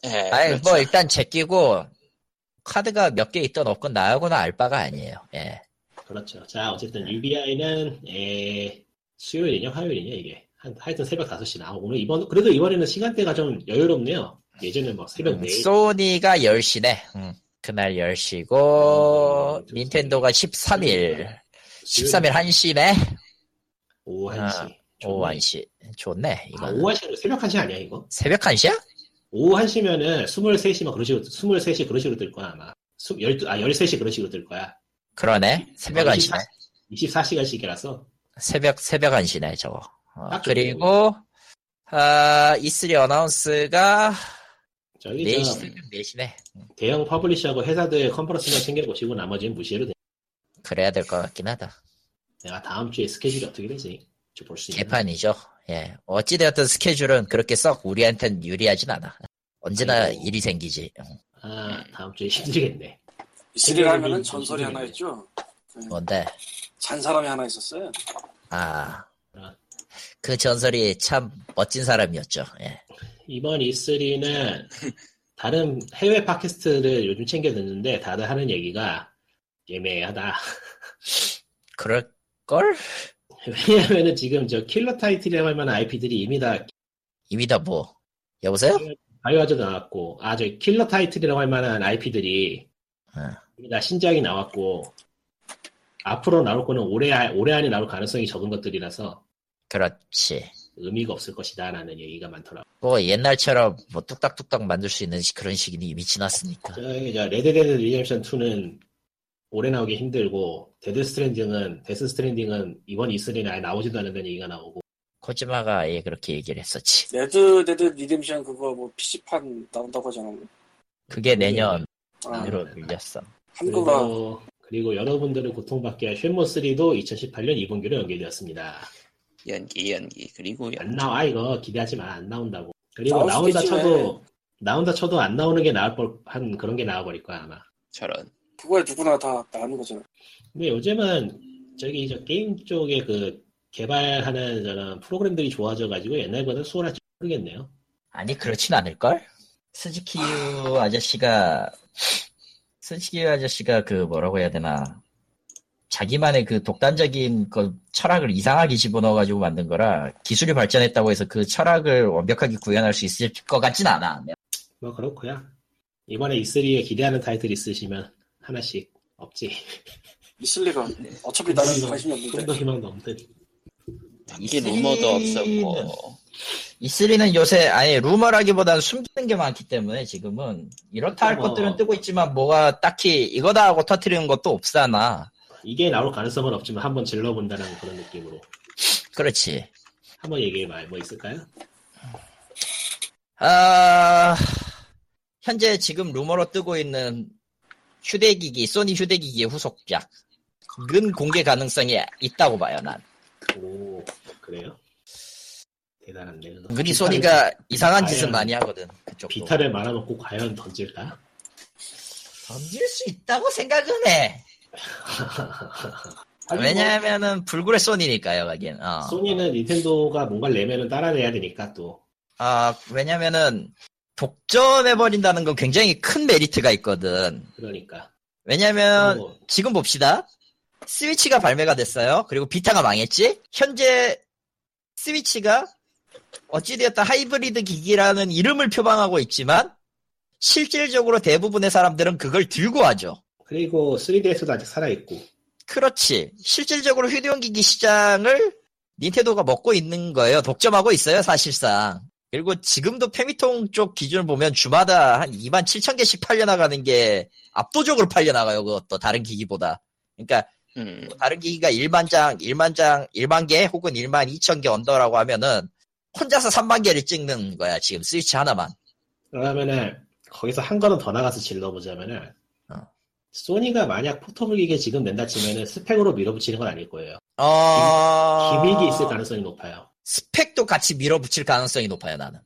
예, 아니 그렇죠. 뭐 일단 제끼고 카드가 몇 개 있던 없건 나하고는 알바가 아니에요. 예. 그렇죠. 자, 네. 어쨌든 UBI는 예, 수요일이냐 화요일이냐 이게 한 하여튼 새벽 5시 나오고 오늘 이번 그래도 이번에는 시간대가 좀 여유롭네요. 예전에 막 음, 새벽 4시 소니가 10시네. 음, 그날 10시고 음, 좀 닌텐도가 13일. 13일 1시네. 오후 1시. 오후 1시. 좋네. 이거. 아, 오후 1시는 새벽 1시 아니야 이거? 새벽 1시야? 오후 1시면은 23시 막 그런 식으로 23시 그런 식으로 뜰 거야 아마. 12, 아 13시 그런 식으로 뜰 거야. 그러네. 새벽 어, 1시네. 24시간씩이라서 새벽 새벽 1시네 저거. 어, 딱 좋네. 그리고 아, E3 어나운스가 저기 저 4시 새벽 4시네. 대형 퍼블리셔하고 회사들 컨퍼런스만 챙겨보시고 나머지는 무시해도 돼. 그래야 될 것 같긴 하다. 내가 다음 주에 스케줄이 어떻게 되지? 좀 볼 수 있는. 개판이죠. 예. 어찌되었든 스케줄은 그렇게 썩 우리한텐 유리하진 않아. 언제나 아이고. 일이 생기지. 음, 응. 아 다음 주에 힘들겠네. E3 음, 하면은 전설이 하나 있죠? 뭔데? 잔 사람이 하나 있었어요. 아. 아. 그 전설이 참 멋진 사람이었죠. 예. 이번 E3는 다른 해외 팟캐스트를 요즘 챙겨 듣는데 다들 하는 얘기가 예매하다. 그럴걸? 왜냐면은 지금 저 킬러 타이틀이라고 할 만한 IP들이 이미 다 이미 다 뭐. 여보세요? 바이오하저도 나왔고, 아, 저 킬러 타이틀이라고 할 만한 IP들이 응. 이미 다 신작이 나왔고, 앞으로 나올 거는 올해, 안- 올해 안에 나올 가능성이 적은 것들이라서 그렇지. 의미가 없을 것이다 라는 얘기가 많더라고요. 뭐 옛날처럼 뭐 뚝딱뚝딱 만들 수 있는 시- 그런 시기는 이미 지났으니까. 저기 저 레드데드 리뎀션 2는 올해 나오기 힘들고 데드 스트랜딩은 데스 스트랜딩은 이번 E3는 아예 나오지도 않는다는 얘기가 나오고 코지마가 아예 그렇게 얘기를 했었지. 레드, 레드 리뎀션 그거 뭐 PC판 나온다고 하잖아. 그게 내년으로 아, 그럼. 밀렸어. 한국어 그리고, 그리고 여러분들을 고통받게 할 쉐모 3도 2018년 2분기로 연기되었습니다. 연기 연기 그리고 안 연기. 나와 이거 기대하지 마 안 나온다고 그리고 나올 나온다 수도 있지, 쳐도 나온다 쳐도 안 나오는 게 나올 법한 그런 게 나와버릴 거야 아마 음. 저런. 그거에 누구나 다 나가는 거잖아. 근데 요즘은 저기 저 게임 쪽에 그 개발하는 저런 프로그램들이 좋아져가지고 옛날보다 수월할지 모르겠네요. 아니 그렇진 않을걸? 스즈키유 아저씨가 스즈키유 아저씨가 그 뭐라고 해야 되나 자기만의 그 독단적인 그 철학을 이상하게 집어넣어가지고 만든 거라 기술이 발전했다고 해서 그 철학을 완벽하게 구현할 수 있을 것 같진 않아. 뭐 그렇고요. 이번에 E3에 기대하는 타이틀 있으시면 하나씩 없지. 있을 리가 네. 어차피 나는 관심이 꿈도 없는데 희망도 없는. 딱히 루머도 뭐. 없었고 E3는 요새 아예 루머라기보다는 숨기는 게 많기 때문에 지금은 이렇다 어. 할 뭐. 것들은 뜨고 있지만 뭐가 딱히 이거다 하고 터트리는 것도 없잖아. 이게 나올 가능성은 없지만 한번 질러본다는 그런 느낌으로 그렇지. 한번 얘기해봐요. 뭐 있을까요? 아, 현재 지금 루머로 뜨고 있는 휴대기기, 소니 휴대기기의 후속작은 공개 가능성이 있다고 봐요, 난. 오 그래요? 대단한데. 은근히 소니가 이상한 과연. 짓을 많이 하거든, 그쪽도. 비타를 말아먹고 과연 던질까? 던질 수 있다고 생각은 해. 왜냐하면은 불굴의 소니니까요, 거긴. 어. 뭐- 소니는 닌텐도가 뭔가를 내면은 따라내야 되니까 또 아, 왜냐면은 독점해버린다는 건 굉장히 큰 메리트가 있거든. 그러니까. 왜냐면 어. 지금 봅시다. 스위치가 발매가 됐어요. 그리고 비타가 망했지. 현재 스위치가 어찌되었다 하이브리드 기기라는 이름을 표방하고 있지만 실질적으로 대부분의 사람들은 그걸 들고 하죠. 그리고 3DS도 아직 살아있고 그렇지. 실질적으로 휴대용 기기 시장을 닌텐도가 먹고 있는 거예요. 독점하고 있어요, 사실상. 그리고 지금도 페미통 쪽 기준을 보면 주마다 한 2만 7천 개씩 팔려나가는 게 압도적으로 팔려나가요, 그것도. 다른 기기보다. 그러니까 음, 다른 기기가 1만 장, 1만 장, 1만 개 혹은 1만 2천 개 언더라고 하면은 혼자서 3만 개를 찍는 거야 지금 스위치 하나만. 그러면은 거기서 한 걸음 더 나가서 질러보자면은 어. 소니가 만약 포터블 기계 지금 낸다 치면은 스펙으로 밀어붙이는 건 아닐 거예요. 어. 기믹이 있을 가능성이 높아요. 스펙도 같이 밀어붙일 가능성이 높아요 나는.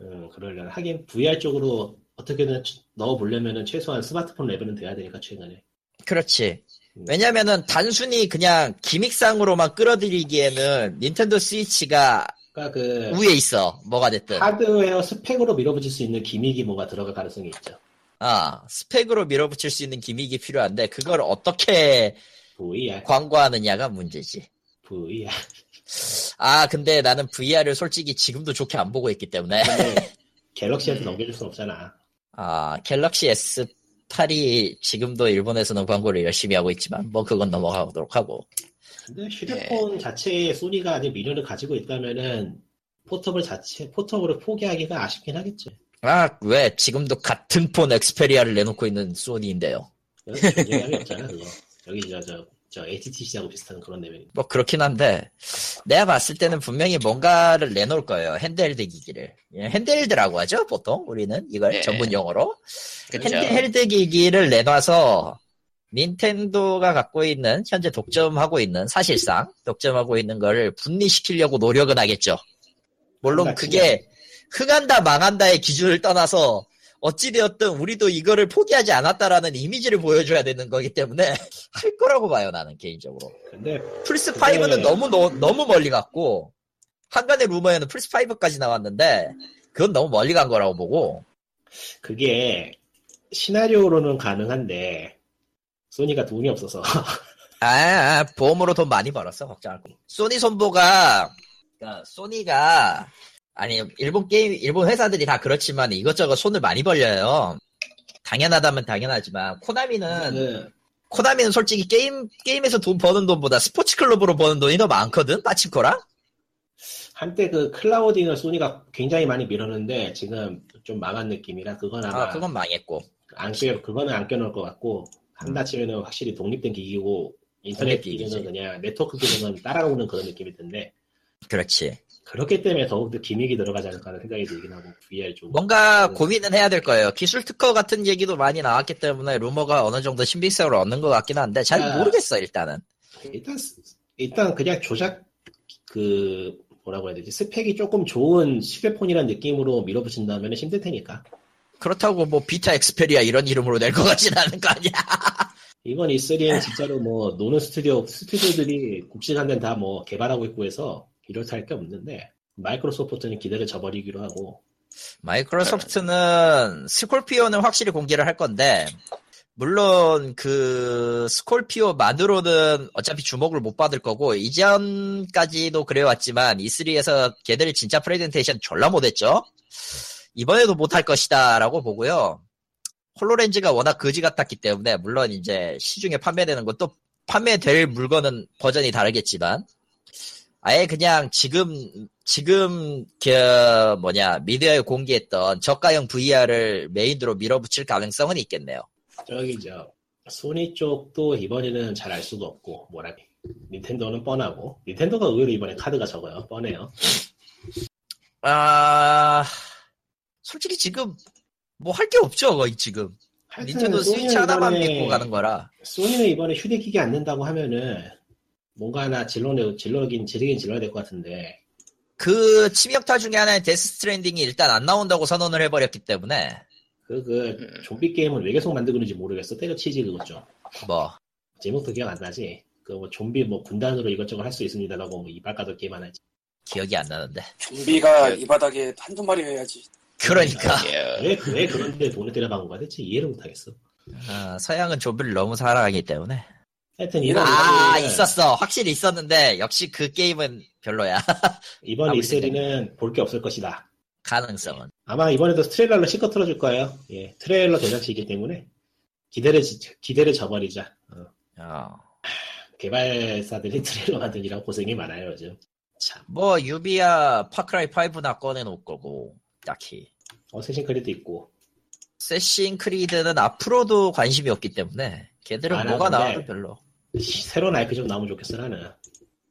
음, 그러려면 하긴 VR 쪽으로 어떻게든 치- 넣어보려면은 최소한 스마트폰 레벨은 돼야 되니까 최근에. 그렇지. 음. 왜냐면은 단순히 그냥 기믹상으로만 끌어들이기에는 닌텐도 스위치가 그러니까 그 위에 있어 뭐가 됐든. 아. 하드웨어 스펙으로 밀어붙일 수 있는 기믹이 뭐가 들어갈 가능성이 있죠. 아 스펙으로 밀어붙일 수 있는 기믹이 필요한데 그걸 어떻게 VR, 광고하느냐가 문제지. VR. 아 근데 나는 VR을 솔직히 지금도 좋게 안 보고 있기 때문에. 근데 갤럭시한테 넘겨줄 순 없잖아. 아, 갤럭시 S8이 지금도 일본에서는 광고를 열심히 하고 있지만, 뭐, 그건 넘어가도록 하고. 근데 휴대폰 자체에 소니가 아직 미련을 가지고 있다면은 포터블 자체 포터블을 포기하기가 아쉽긴 하겠죠. 아, 왜? 지금도 같은 폰 엑스페리아를 내놓고 있는 소니인데요. 그건 존재감이 없잖아 그거. 여기 저 저 저 HTC하고 비슷한 그런 레벨. 뭐, 그렇긴 한데, 내가 봤을 때는 분명히 뭔가를 내놓을 거예요. 핸드헬드 기기를. 예, 핸드헬드라고 하죠, 보통? 우리는 이걸 네. 전문 용어로. 그쵸. 핸드헬드 기기를 내놔서 닌텐도가 갖고 있는 현재 독점하고 있는 사실상 독점하고 있는 거를 분리시키려고 노력은 하겠죠. 물론 그러니까 그게 흥한다 망한다의 기준을 떠나서 어찌되었든 우리도 이거를 포기하지 않았다라는 이미지를 보여줘야 되는 거기 때문에 할 거라고 봐요 나는 개인적으로. 근데 플스 5는 그게- 너무 너, 너무 멀리 갔고 한간의 루머에는 플스 5까지 나왔는데 그건 너무 멀리 간 거라고 보고 그게 시나리오로는 가능한데 소니가 돈이 없어서 아, 아, 보험으로 돈 많이 벌었어 걱정할 거. 소니 선보가 그러니까 소니가 아니 일본 게임 일본 회사들이 다 그렇지만 이것저것 손을 많이 벌려요. 당연하다면 당연하지만 코나미는 그 코나미는 솔직히 게임 게임에서 돈 버는 돈보다 스포츠 클럽으로 버는 돈이 더 많거든 빠치코랑. 한때 그 클라우딩을 소니가 굉장히 많이 밀었는데 지금 좀 망한 느낌이라 그건 아마 아 그건 망했고 안 껴, 그거는 안 껴놓을 것 같고, 한다 치면은 확실히 독립된 기기고, 인터넷 음. 독립 기기지. 기기는 그냥 네트워크 기능은 따라오는 그런 느낌이 든데, 그렇지. 그렇기 때문에 더욱더 기믹이 들어가지 않을까 하는 생각이 들긴 하고, VR 좀. 뭔가 고민은 해야 될 거예요. 기술 특허 같은 얘기도 많이 나왔기 때문에 루머가 어느 정도 신빙성을 얻는 것 같긴 한데 잘 아. 모르겠어 일단은. 일단, 스- 일단 그냥 조작, 그, 뭐라고 해야 되지, 스펙이 조금 좋은 휴대폰이란 느낌으로 밀어붙인다면 힘들 테니까. 그렇다고 뭐 비타 엑스페리아 이런 이름으로 낼 것 같진 않은 거 아니야. 이번 E3엔 진짜로 뭐 노는 스튜디오 스튜디오들이 국시간된 다 뭐 개발하고 있고 해서 이렇다 할 게 없는데 마이크로소프트는 기대를 저버리기로 하고 마이크로소프트는 스콜피오는 확실히 공개를 할 건데 물론 그 스콜피오만으로는 어차피 주목을 못 받을 거고 이전까지도 그래왔지만 E E3에서 걔들이 진짜 프레젠테이션 졸라 못했죠. 이번에도 못할 것이다라고 보고요. 홀로렌즈가 워낙 거지 같았기 때문에 물론 이제 시중에 판매되는 것도 판매될 물건은 버전이 다르겠지만 아예 그냥 지금 지금 그 뭐냐 미디어에 공개했던 저가형 VR을 메인으로 밀어붙일 가능성은 있겠네요. 저기 저 소니 쪽도 이번에는 잘 알 수가 없고 뭐라 닌텐도는 뻔하고 닌텐도가 의외로 이번에 카드가 적어요 뻔해요 아 솔직히 지금 뭐 할 게 없죠 거의 지금 하여튼 닌텐도 소니는 스위치 하나만 아, 그 이번에- 믿고 가는 거라 소니는 이번에 휴대기기 안 된다고 하면은 뭔가 하나 질러내 질러긴 질긴 질러야 될 것 같은데 그 치명타 중에 하나인 데스 스트랜딩이 일단 안 나온다고 선언을 해버렸기 때문에 그, 음. 그, 좀비 게임은 왜 계속 만들고 있는지 모르겠어. 때려치지, 그것 좀. 뭐 제목도 기억 안 나지? 그, 뭐, 좀비, 뭐, 군단으로 이것저것 할 수 있습니다라고, 뭐, 이발 가도 게임 하나 했지. 기억이 안 나는데 좀비가 네. 이 바닥에 한두 마리 해야지. 그러니까 예. 왜, 왜 그런데 돈을 때려박은 거야? 대체 이해를 못하겠어. 아, 서양은 좀비를 너무 사랑하기 때문에 하여튼, 이런- 이번, 아 E3는 있었어 확실히 있었는데 역시 그 게임은 별로야 이번 아무리 E3는 볼 게 없을 것이다. 가능성은 아마 이번에도 트레일러로 실컷 틀어줄 거예요. 예, 트레일러 대잔치이기 때문에. 기대를, 지- 기대를 저버리자. 어, 어. 개발사들이 트레일러 만드느라 고생이 많아요, 요즘. 참. 뭐 유비야 파크라이 5나 꺼내놓을 거고 딱히 어쌔신 크리도 있고. 세신 크리드는 앞으로도 관심이 없기 때문에 걔들은 아, 뭐가 근데- 나와도 별로 새로운 IP 좀 나오면 좋겠어, 나는.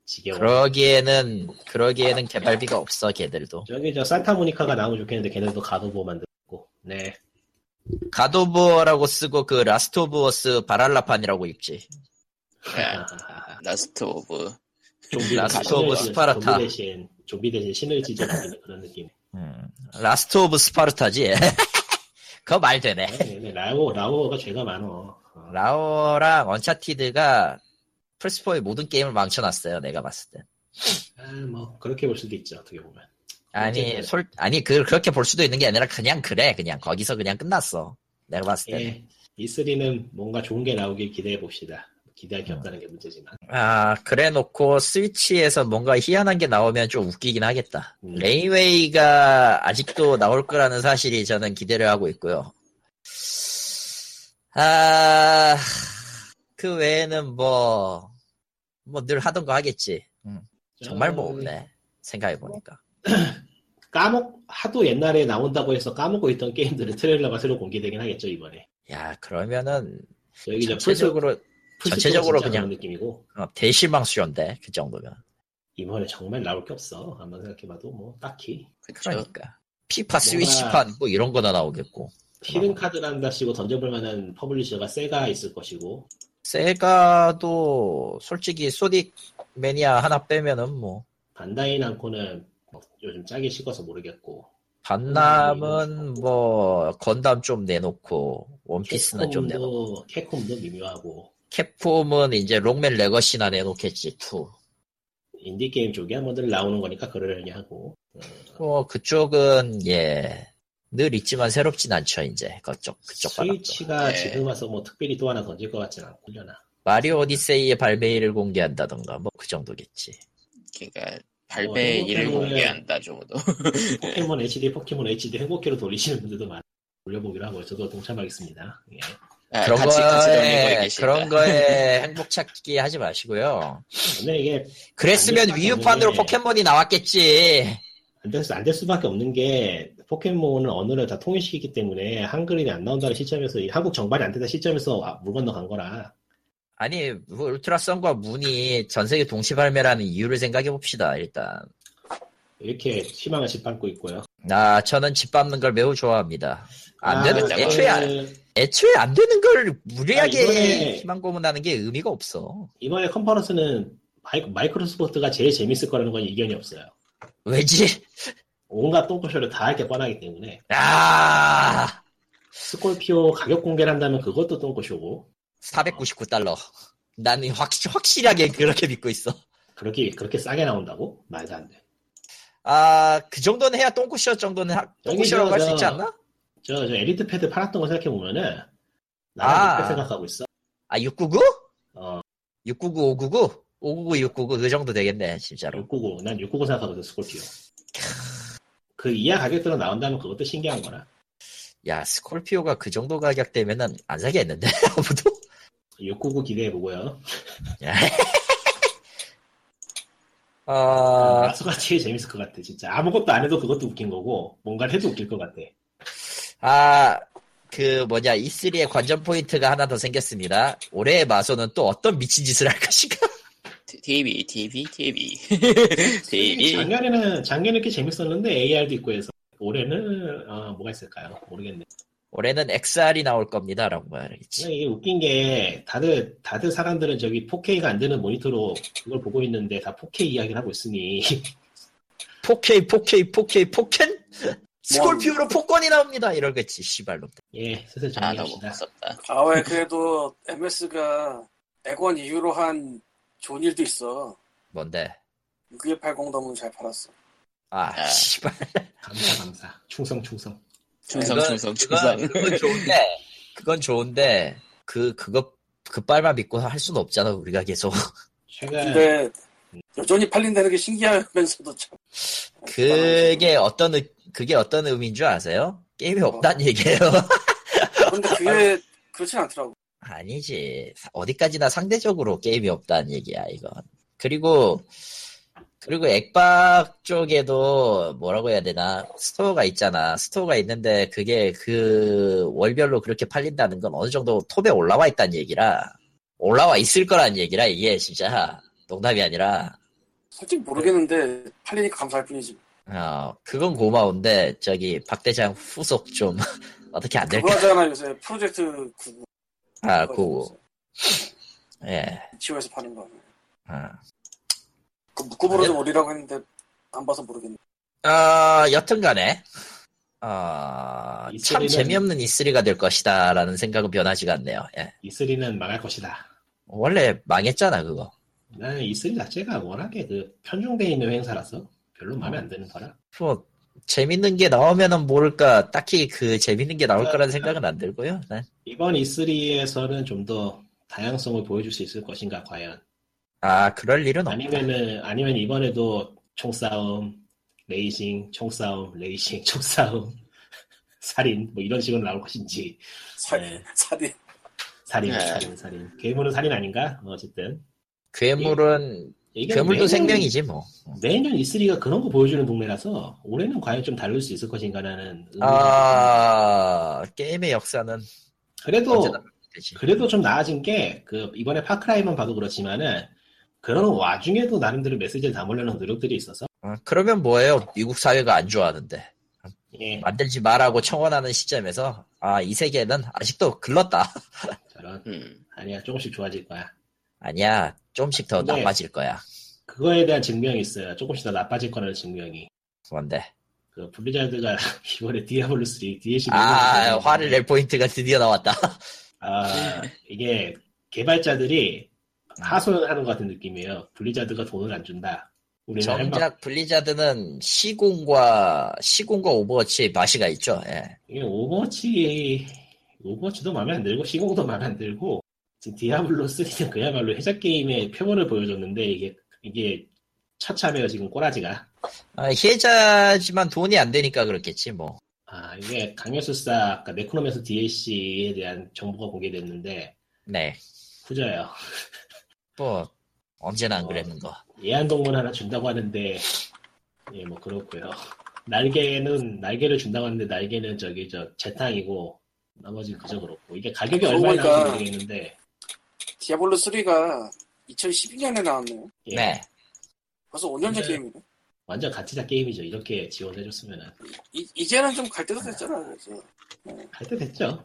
지겨워. 그러기에는 그러기에는 개발비가 없어 걔들도 저기 저 산타모니카가 나오면 좋겠는데 걔네도 가도보 만들고 네 가도브어라고 쓰고 그 라스트 오브 어스 바랄라판이라고 읽지 아, 야, 라스트 오브 좀비 라스트 신을 오브 찢어- 스파르타. 좀비 대신 좀비 대신 신을 찢어버리는 그런 느낌 음, 라스트 오브 스파르타지 그거 말 되네 네, 라오 라오가 죄가 많어 어, 라오랑 언차티드가 플스4의 모든 게임을 망쳐놨어요 내가 봤을 때 아, 뭐 그렇게 볼 수도 있죠 어떻게 보면 아니 어쨌든. 솔 아니 그 그렇게 볼 수도 있는 게 아니라 그냥 그래 그냥 거기서 그냥 끝났어 내가 봤을 때. 예 E3는 뭔가 좋은 게 나오길 기대해 봅시다 기대할 게 없다는 게 음. 문제지만 아 그래 놓고 스위치에서 뭔가 희한한 게 나오면 좀 웃기긴 하겠다. 음. 레이웨이가 아직도 나올 거라는 사실이 저는 기대를 하고 있고요. 아, 아그 외에는 뭐 뭐 늘 하던 거 하겠지. 음, 정말 뭐 없네 생각해 보니까. 까먹 하도 옛날에 나온다고 해서 까먹고 있던 게임들은 트레일러가 새로 공개되긴 하겠죠 이번에 야 그러면은 여기 저 전체적으로 플스- 전체적으로 플스2가 진짜 그냥- 그런 느낌이고 어, 대실망 수준데 그 정도면. 이번에 정말 나올 게 없어 한번 생각해봐도 뭐 딱히 그쵸 그러니까 피파 스위치판 뭐 이런 거나 나오겠고 아. 히든 카드란다시고 던져볼 만한 퍼블리셔가 세가 있을 것이고 세가도 솔직히 소닉 매니아 하나 빼면은 뭐 반다이 남코는 뭐 요즘 짜게 식어서 모르겠고 반남은 뭐 건담 좀 내놓고 원피스는 좀 내놓고 캡콤도 캡콤도 미묘하고 캡콤은 이제 롱맨 레거시나 내놓겠지 2뭐 인디 게임 쪽이 한 번들 나오는 거니까 그러려니 하고 어, 뭐 그쪽은 예 늘 있지만 새롭진 않죠 이제 그쪽 그쪽 바닥도 네. 스위치가 예. 지금 와서 뭐 특별히 또 하나 던질 것 같진 않고 려나 마리오 오디세이의 발매일을 공개한다던가 뭐 그 정도겠지 그러니까 발매 어, 일을 행복해요. 공개한다 정도 포켓몬 HD 포켓몬 HD 행복기로 돌리시는 분들도 많아 올려보기로 하고 저도 동참하겠습니다 예. 아, 그런 같이 같이 돌리고 거에 계시다 그런 거에 행복 찾기 하지 마시고요. 근데 이게 그랬으면 아니, 위유판으로 아니. 포켓몬이 나왔겠지. 안 될, 수, 안 될 수밖에 없는 게 포켓몬은 언어를 다 통일시키기 때문에 한글이 안 나온다는 시점에서 이 한국 정발이 안 된다 시점에서 아, 물 건너간 거라 아니 뭐 울트라썬과 문이 전 세계 동시 발매라는 이유를 생각해 봅시다. 일단 이렇게 희망을 짓밟고 있고요. 나 아, 저는 짓밟는 걸 매우 좋아합니다. 안 되는 아, 애초에 안, 이번에, 애초에 안 되는 걸 무리하게 네. 아, 이번에- 희망 고문하는 게 의미가 없어. 이번에 컨퍼런스는 마이, 마이크로소프트가 제일 재밌을 거라는 건 이견이 없어요. 왜지? 온갖 똥꼬쇼를 다 할 게 뻔하기 때문에 아 스콜피오 가격 공개를 한다면 그것도 똥꼬쇼고 499달러. 나는 확, 확실하게 그렇게 믿고 있어. 그렇게 그렇게 싸게 나온다고? 말도 안 돼. 아, 그 정도는 해야 똥꼬쇼 정도는 하- 똥꼬쇼라고 할 수 저- 있지 않나? 저, 저 에리트 패드 팔았던 거 생각해 보면은 아. 나랑 그렇게 생각하고 있어. 아, 699? 어, 699, 599? 599, 699, 그 정도 되겠네, 진짜로. 699. 난 699 생각하거든, 스콜피오. 그 이하 가격대로 나온다면 그것도 신기한 거라. 야, 스콜피오가 그 정도 가격 되면은 안 사겠는데, 아무도? 699 기대해 보고요. 아, 마수가 제일 재밌을 것 같아, 진짜. 아무것도 안 해도 그것도 웃긴 거고, 뭔가를 해도 웃길 것 같아. 아, 그 뭐냐, E3의 관전 포인트가 하나 더 생겼습니다. 올해의 마소는 또 어떤 미친 짓을 할 것인가? TV, TV, TV. 솔직히 TV. 작년에는, 작년에 꽤 재밌었는데, AR도 있고 해서. 올해는, 아, 뭐가 있을까요? 모르겠네. 올해는 XR이 나올 겁니다, 라고 말했지. 근데 이게 웃긴 게, 다들, 다들 사람들은 저기 4K가 안 되는 모니터로 그걸 보고 있는데, 다 4K 이야기를 하고 있으니, 4K, 4K, 4K, 4캔? 스콜피오로 폭권이 나옵니다. 이러겠지, 씨발놈. 예, 슬슬 아, 너무 정리합시다. 무섭다. 아 왜 그래도 MS가 액원 이후로 한 좋은 일도 있어. 뭔데? 6180 너무 잘 팔았어. 아, 아. 씨발. 감사, 감사. 충성, 충성. 충성, 그건- 충성, 충성. 그건, 그건 좋은데, 그건 좋은데, 그, 그거, 그 빨만 믿고 할 수는 없잖아, 우리가 계속. 최근, 근데 여전히 팔린다는 게 신기하면서도 참. 그게 어떤, 의- 그게 어떤 의미인 줄 아세요? 게임이 없단 얘기예요. 근데 그게 그렇진 않더라고. 아니지. 어디까지나 상대적으로 게임이 없다는 얘기야, 이건. 그리고, 그리고 액박 쪽에도 뭐라고 해야 되나. 스토어가 있잖아. 스토어가 있는데 그게 그 월별로 그렇게 팔린다는 건 어느 정도 톱에 올라와 있다는 얘기라. 올라와 있을 거란 얘기라, 이게 진짜. 농담이 아니라. 솔직히 모르겠는데 팔리니까 감사할 뿐이지. 어, 그건 고마운데, 저기, 박대장 후속 좀, 어떻게 안 그거 될까? 하잖아 요새 프로젝트 구구. 네. 아, 그, 예. 지오에서 파는 거. 아. 그 묶음으로 좀 오리라고 했는데 안 봐서 모르겠네. 아, 여튼간에 아, E3는 참 재미없는 E3가 될 것이다라는 생각은 변하지가 않네요. 예. E3는 E 망할 것이다. 원래 망했잖아 그거. 나는 E3 자체가 워낙에 그 편중돼 있는 행사라서 별로 마음에 안 드는 거라. 뭐 재밌는 게 나오면은 모를까 딱히 그 재밌는 게 나올 아, 거라는 생각은 안 들고요. 네. 난. 이번 E3에서는 좀 더 다양성을 보여줄 수 있을 것인가 과연. 아, 그럴 일은 없다. 아니면은 아니면 이번에도 총싸움, 레이싱, 총싸움, 레이싱, 총싸움, 살인 뭐 이런 식으로 나올 것인지. 살 네. 살이 살인, 네. 살인, 살인. 괴물은 살인 아닌가? 어, 어쨌든 괴물은 이게 괴물도 매년- 생명이지 뭐. 매년 E3가 그런 거 보여주는 동네라서 올해는 과연 좀 다를 수 있을 것인가라는. 의문이 아, 게임의 역사는 좀- 그래도 언제나 되지. 그래도 좀 나아진 게, 그, 이번에 파크라이만 봐도 그렇지만은, 그런 와중에도 나름대로 메시지를 담으려는 노력들이 있어서, 아, 그러면 뭐예요? 미국 사회가 안 좋아하는데. 예, 만들지 말라고 청원하는 시점에서 아 이 세계는 아직도 글렀다 저런, 음. 아니야, 조금씩 좋아질 거야. 아니야 조금씩 더 네. 나빠질 거야 그거에 대한 증명이 있어요. 조금씩 더 나빠질 거라는 증명이. 뭔데 그, 블리자드가 이번에 디아블로3 DLC. 아 내놓은 화를 낼 포인트가 드디어 나왔다 아, 이게, 개발자들이 음. 아, 하소연하는 것 같은 느낌이에요. 블리자드가 돈을 안 준다. 우리는 할 만, 정작 블리자드는 시공과 시공과 오버워치 맛이가 있죠 예. 이게 오버워치, 오버워치도 마음에 안 들고, 시공도 마음에 안 들고, 지금 디아블로3는 그야말로 해자게임의 표본을 보여줬는데, 이게, 이게 처참해요, 지금 꼬라지가. 아, 혜자지만 돈이 안 되니까 그렇겠지 뭐 아, 이게 강요술사, 아까 네코노면서 DLC에 대한 정보가 공개됐는데, 네. 후져요. 뭐 언제나 안 어. 그랬는거 예한동물 하나 준다고 하는데, 예, 뭐, 그렇고요 날개는, 날개를 준다고 하는데, 날개는 저기, 저, 재탕이고, 나머지는 그저 그렇고. 이게 가격이 어, 그러고 얼마나 나올지 보니까 모르겠는데, 디아블로 3가 2012년에 나왔네요. 예, 네 벌써 5년 전 네. 게임이네. 완전 가치자 게임이죠. 이렇게 지원해줬으면은. 이, 이제는 좀 갈 때도 됐잖아. 그래서. 갈 때 됐죠.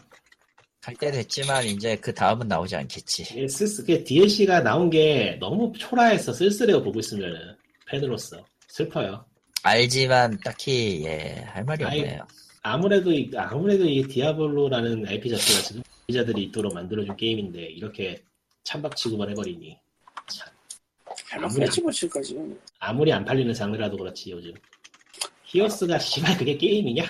갈 때 됐지만 이제 그 다음은 나오지 않겠지 예, 쓸쓸, 그 DLC가 나온 게 너무 초라해서 쓸쓸해요, 보고 있으면은. 팬으로서. 슬퍼요. 알지만 딱히 예 할 말이 아이, 없네요 아무래도, 이- 아무래도 이 디아블로라는 IP 자체가 지금 소비자들이 있도록 만들어준 게임인데 이렇게 찬밥 취급을 해버리니 참, 해봤어요. 치고칠까지. 아무리 안 팔리는 장르라도 그렇지 요즘 히어스가 씨발 그게 게임이냐?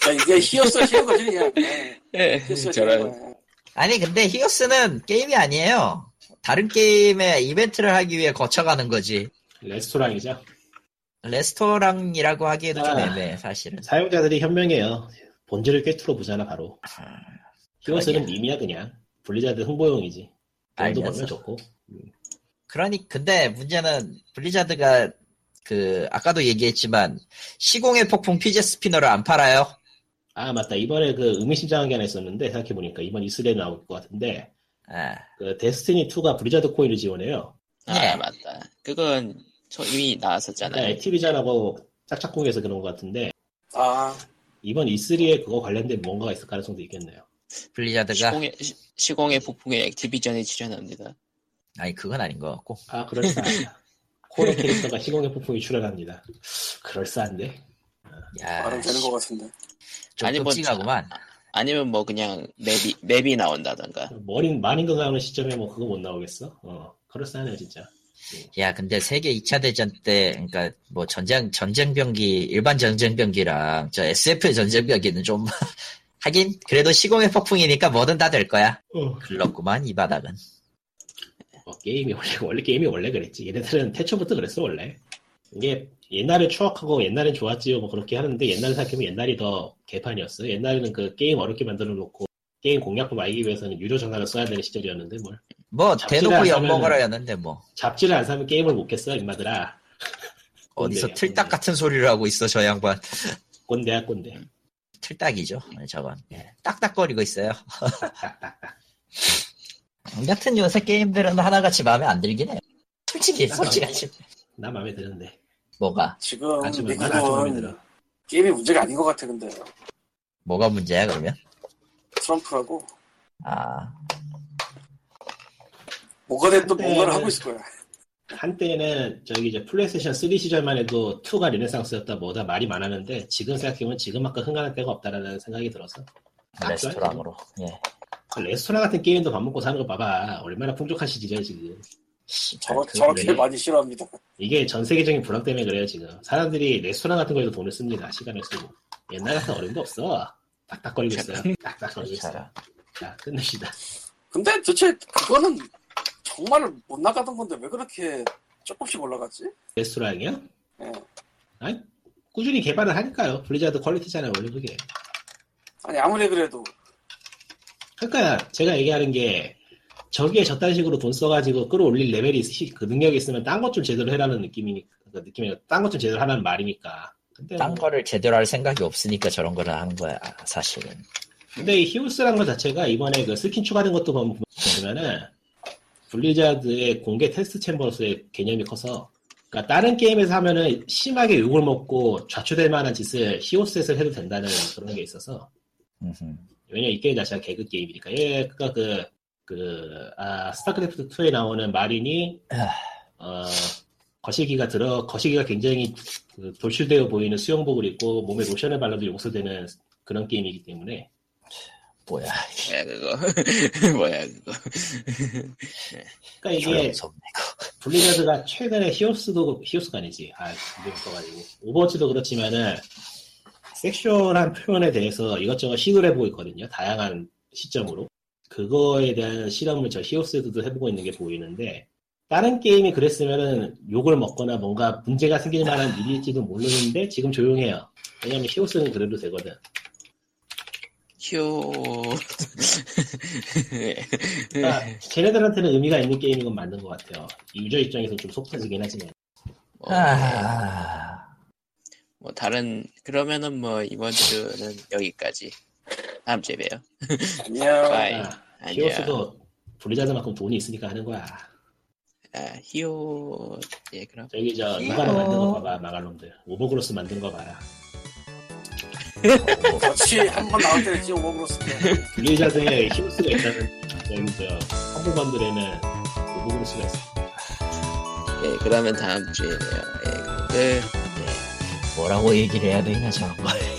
그러니까 이게 히어스가 싫은 거지 그냥. 네, 예, 히어스가 싫은 저런. 거야. 아니 근데 히어스는 게임이 아니에요. 다른 게임에 이벤트를 하기 위해 거쳐가는 거지. 레스토랑이죠 레스토랑이라고 하기에도 좀 아. 애매해 사실은. 사용자들이 현명해요 본질을 꿰뚫어 보잖아 바로 히어스는 그러게. 밈이야 그냥 블리자드 홍보용이지 돈도 벌면 알면서. 좋고 그러니 근데 문제는 블리자드가 그 아까도 얘기했지만 시공의 폭풍 피제 스피너를 안 팔아요. 아 맞다 이번에 그 의미심장한 게 하나 있었는데 생각해보니까 이번 E3에 나올 것 같은데 아, 그 데스티니 2가 블리자드 코인을 지원해요 아, 맞다. 그건 저 이미 일단 나왔었잖아요. 네. 액티비전하고 짝짝꿍해서 그런 것 같은데 아, 이번 E3에 그거 관련된 뭔가가 있을 가능성도 있겠네요 블리자드가 시공의, 시- 시공의 폭풍에 액티비전이 출연합니다. 아니 그건 아닌 것 같고 아 그럴싸 코로 캐릭터가 시공의 폭풍이 출연합니다 그럴싸한데 야 말은 되는 것 같은데. 좀 아니, 뭐- 끔찍하구만. 아니면 뭐 그냥 맵이 맵이 나온다던가. 머린 많이 건강하는 시점에 뭐 그거 못 나오겠어 어 그럴싸하네요 진짜 야, 근데 세계 2차 대전 때, 그러니까 뭐 전쟁 전쟁 병기 일반 전쟁 병기랑 저 SF 전쟁 병기는 좀 하긴 그래도 시공의 폭풍이니까 뭐든 다 될 거야. 어. 글렀구만 이 바닥은. 뭐 게임이 원래 원래 게임이 원래 그랬지 얘네들은 태초부터 그랬어 원래 이게 옛날에 추억하고 옛날엔 좋았지요 뭐 그렇게 하는데 옛날 생각하면 옛날이 더 개판이었어 옛날에는 그 게임 어렵게 만들어 놓고 게임 공략법 알기 위해서는 유료 전화를 써야 되는 시절이었는데 뭘 뭐 잡지를 대놓고 안 엿먹으라 사면은- 했는데 뭐 잡지를 안 사면 게임을 못 겠어 인마들아 어디서 꼰대야, 틀딱 꼰대. 같은 소리를 하고 있어 저 양반. 꼰대야 꼰대 틀딱이죠 네, 저건. 예, 딱딱거리고 있어요. 여튼 요새 게임들은 하나같이 마음에 안 들긴 해요. 솔직히 아, 네. 솔직하지. 나 마음에 드는데 뭐가 지금 아침은 난 아주 마음에 미국은 들어 게임이 문제가 아닌 것 같아 근데 뭐가 문제야 그러면? 트럼프라고 아 뭐가 됐든 네. 뭔가를 하고 있을 거야. 한때는 저기 이제 플레이스테이션 3 시절만 해도 2가 르네상스였다 뭐다 말이 많았는데 지금 생각해보면 지금만큼 흥하는 때가 없다라는 생각이 들어서 레스토랑으로. 예. 아, 그 레스토랑 같은 게임도 밥 먹고 사는 거 봐봐. 얼마나 풍족한 시기죠, 지금. 저렇, 그- 저렇게 그래. 많이 싫어합니다. 이게 전 세계적인 불황 때문에 그래요, 지금. 사람들이 레스토랑 같은 거에도 돈을 씁니다, 시간을 쓰고. 옛날 같은 어른도 없어. 딱딱거리고 있어요. 딱딱거리고 있어요. 괜찮아. 자, 끝냅시다. 근데 도대체 그거는 정말 못 나가던 건데 왜 그렇게 조금씩 올라갔지? 레스토랑이요? 예. 아니, 꾸준히 개발을 하니까요. 블리자드 퀄리티잖아요, 원래 그게. 아니 아무리 그래도 그러니까 제가 얘기하는 게 저기에 저딴 식으로 돈 써가지고 끌어올릴 레벨이 있, 그 능력이 있으면 딴 것 좀 제대로 해라는 느낌이니까, 그 느낌이, 딴것 좀 제대로 하라는 말이니까. 근데 딴 뭐- 거를 제대로 할 생각이 없으니까 저런 거를 하는 거야 사실은 근데 이 히오스라는 것 자체가 이번에 그 스킨 추가된 것도 보면- 보면은 블리자드의 공개 테스트 챔버스의 개념이 커서 그러니까 다른 게임에서 하면은 심하게 욕을 먹고 좌초될 만한 짓을 히오스에서 해도 된다는 그런 게 있어서 왜냐 이 게임 자체가 개그 게임이니까 예 그니까 그그아 스타크래프트 2에 나오는 마린이 어 거시기가 들어 거시기가 굉장히 그 돌출되어 보이는 수영복을 입고 몸에 로션을 발라도 용서되는 그런 게임이기 때문에 뭐야 뭐야 그거? 뭐야 그거? 그러니까 이게 조용섭 블리자드가 최근에 히오스도 히오스가 아니지 아 이름 써가지고 오버워치도 그렇지만은 섹슈얼한 표현에 대해서 이것저것 시도를 해보고 있거든요 다양한 시점으로 그거에 대한 실험을 저 히오스에도 해보고 있는 게 보이는데 다른 게임이 그랬으면은 욕을 먹거나 뭔가 문제가 생길 만한 일일지도 모르는데 지금 조용해요 왜냐면 히오스는 그래도 되거든 휴. 예. 그러니까 쟤네들한테는 의미가 있는 게임인 건 맞는 것 같아요 유저 입장에서 좀 속 터지긴 하지만 뭐, 아, 뭐 다른 그러면은 뭐 이번 주는 여기까지. 다음 주에 봬요. 안녕. 바이. 아, 안녕. 히오스도 블리자드만큼 돈이 있으니까 하는 거야 아, 히오. 예 그럼. 저기 저 귀여워. 이바라 만든 거 봐봐 마갈놈들 오버그로스 만든 거 봐라 그렇지 한 번 나올 때는 지금 오버로스 블리자드에 히오스가 있다는 저기 저 홍보관들에는 오버그로스가 있어 예 그러면 다음 주에 봬요. 예. 끝. 뭐라고 얘기를 해야 되냐 저런 걸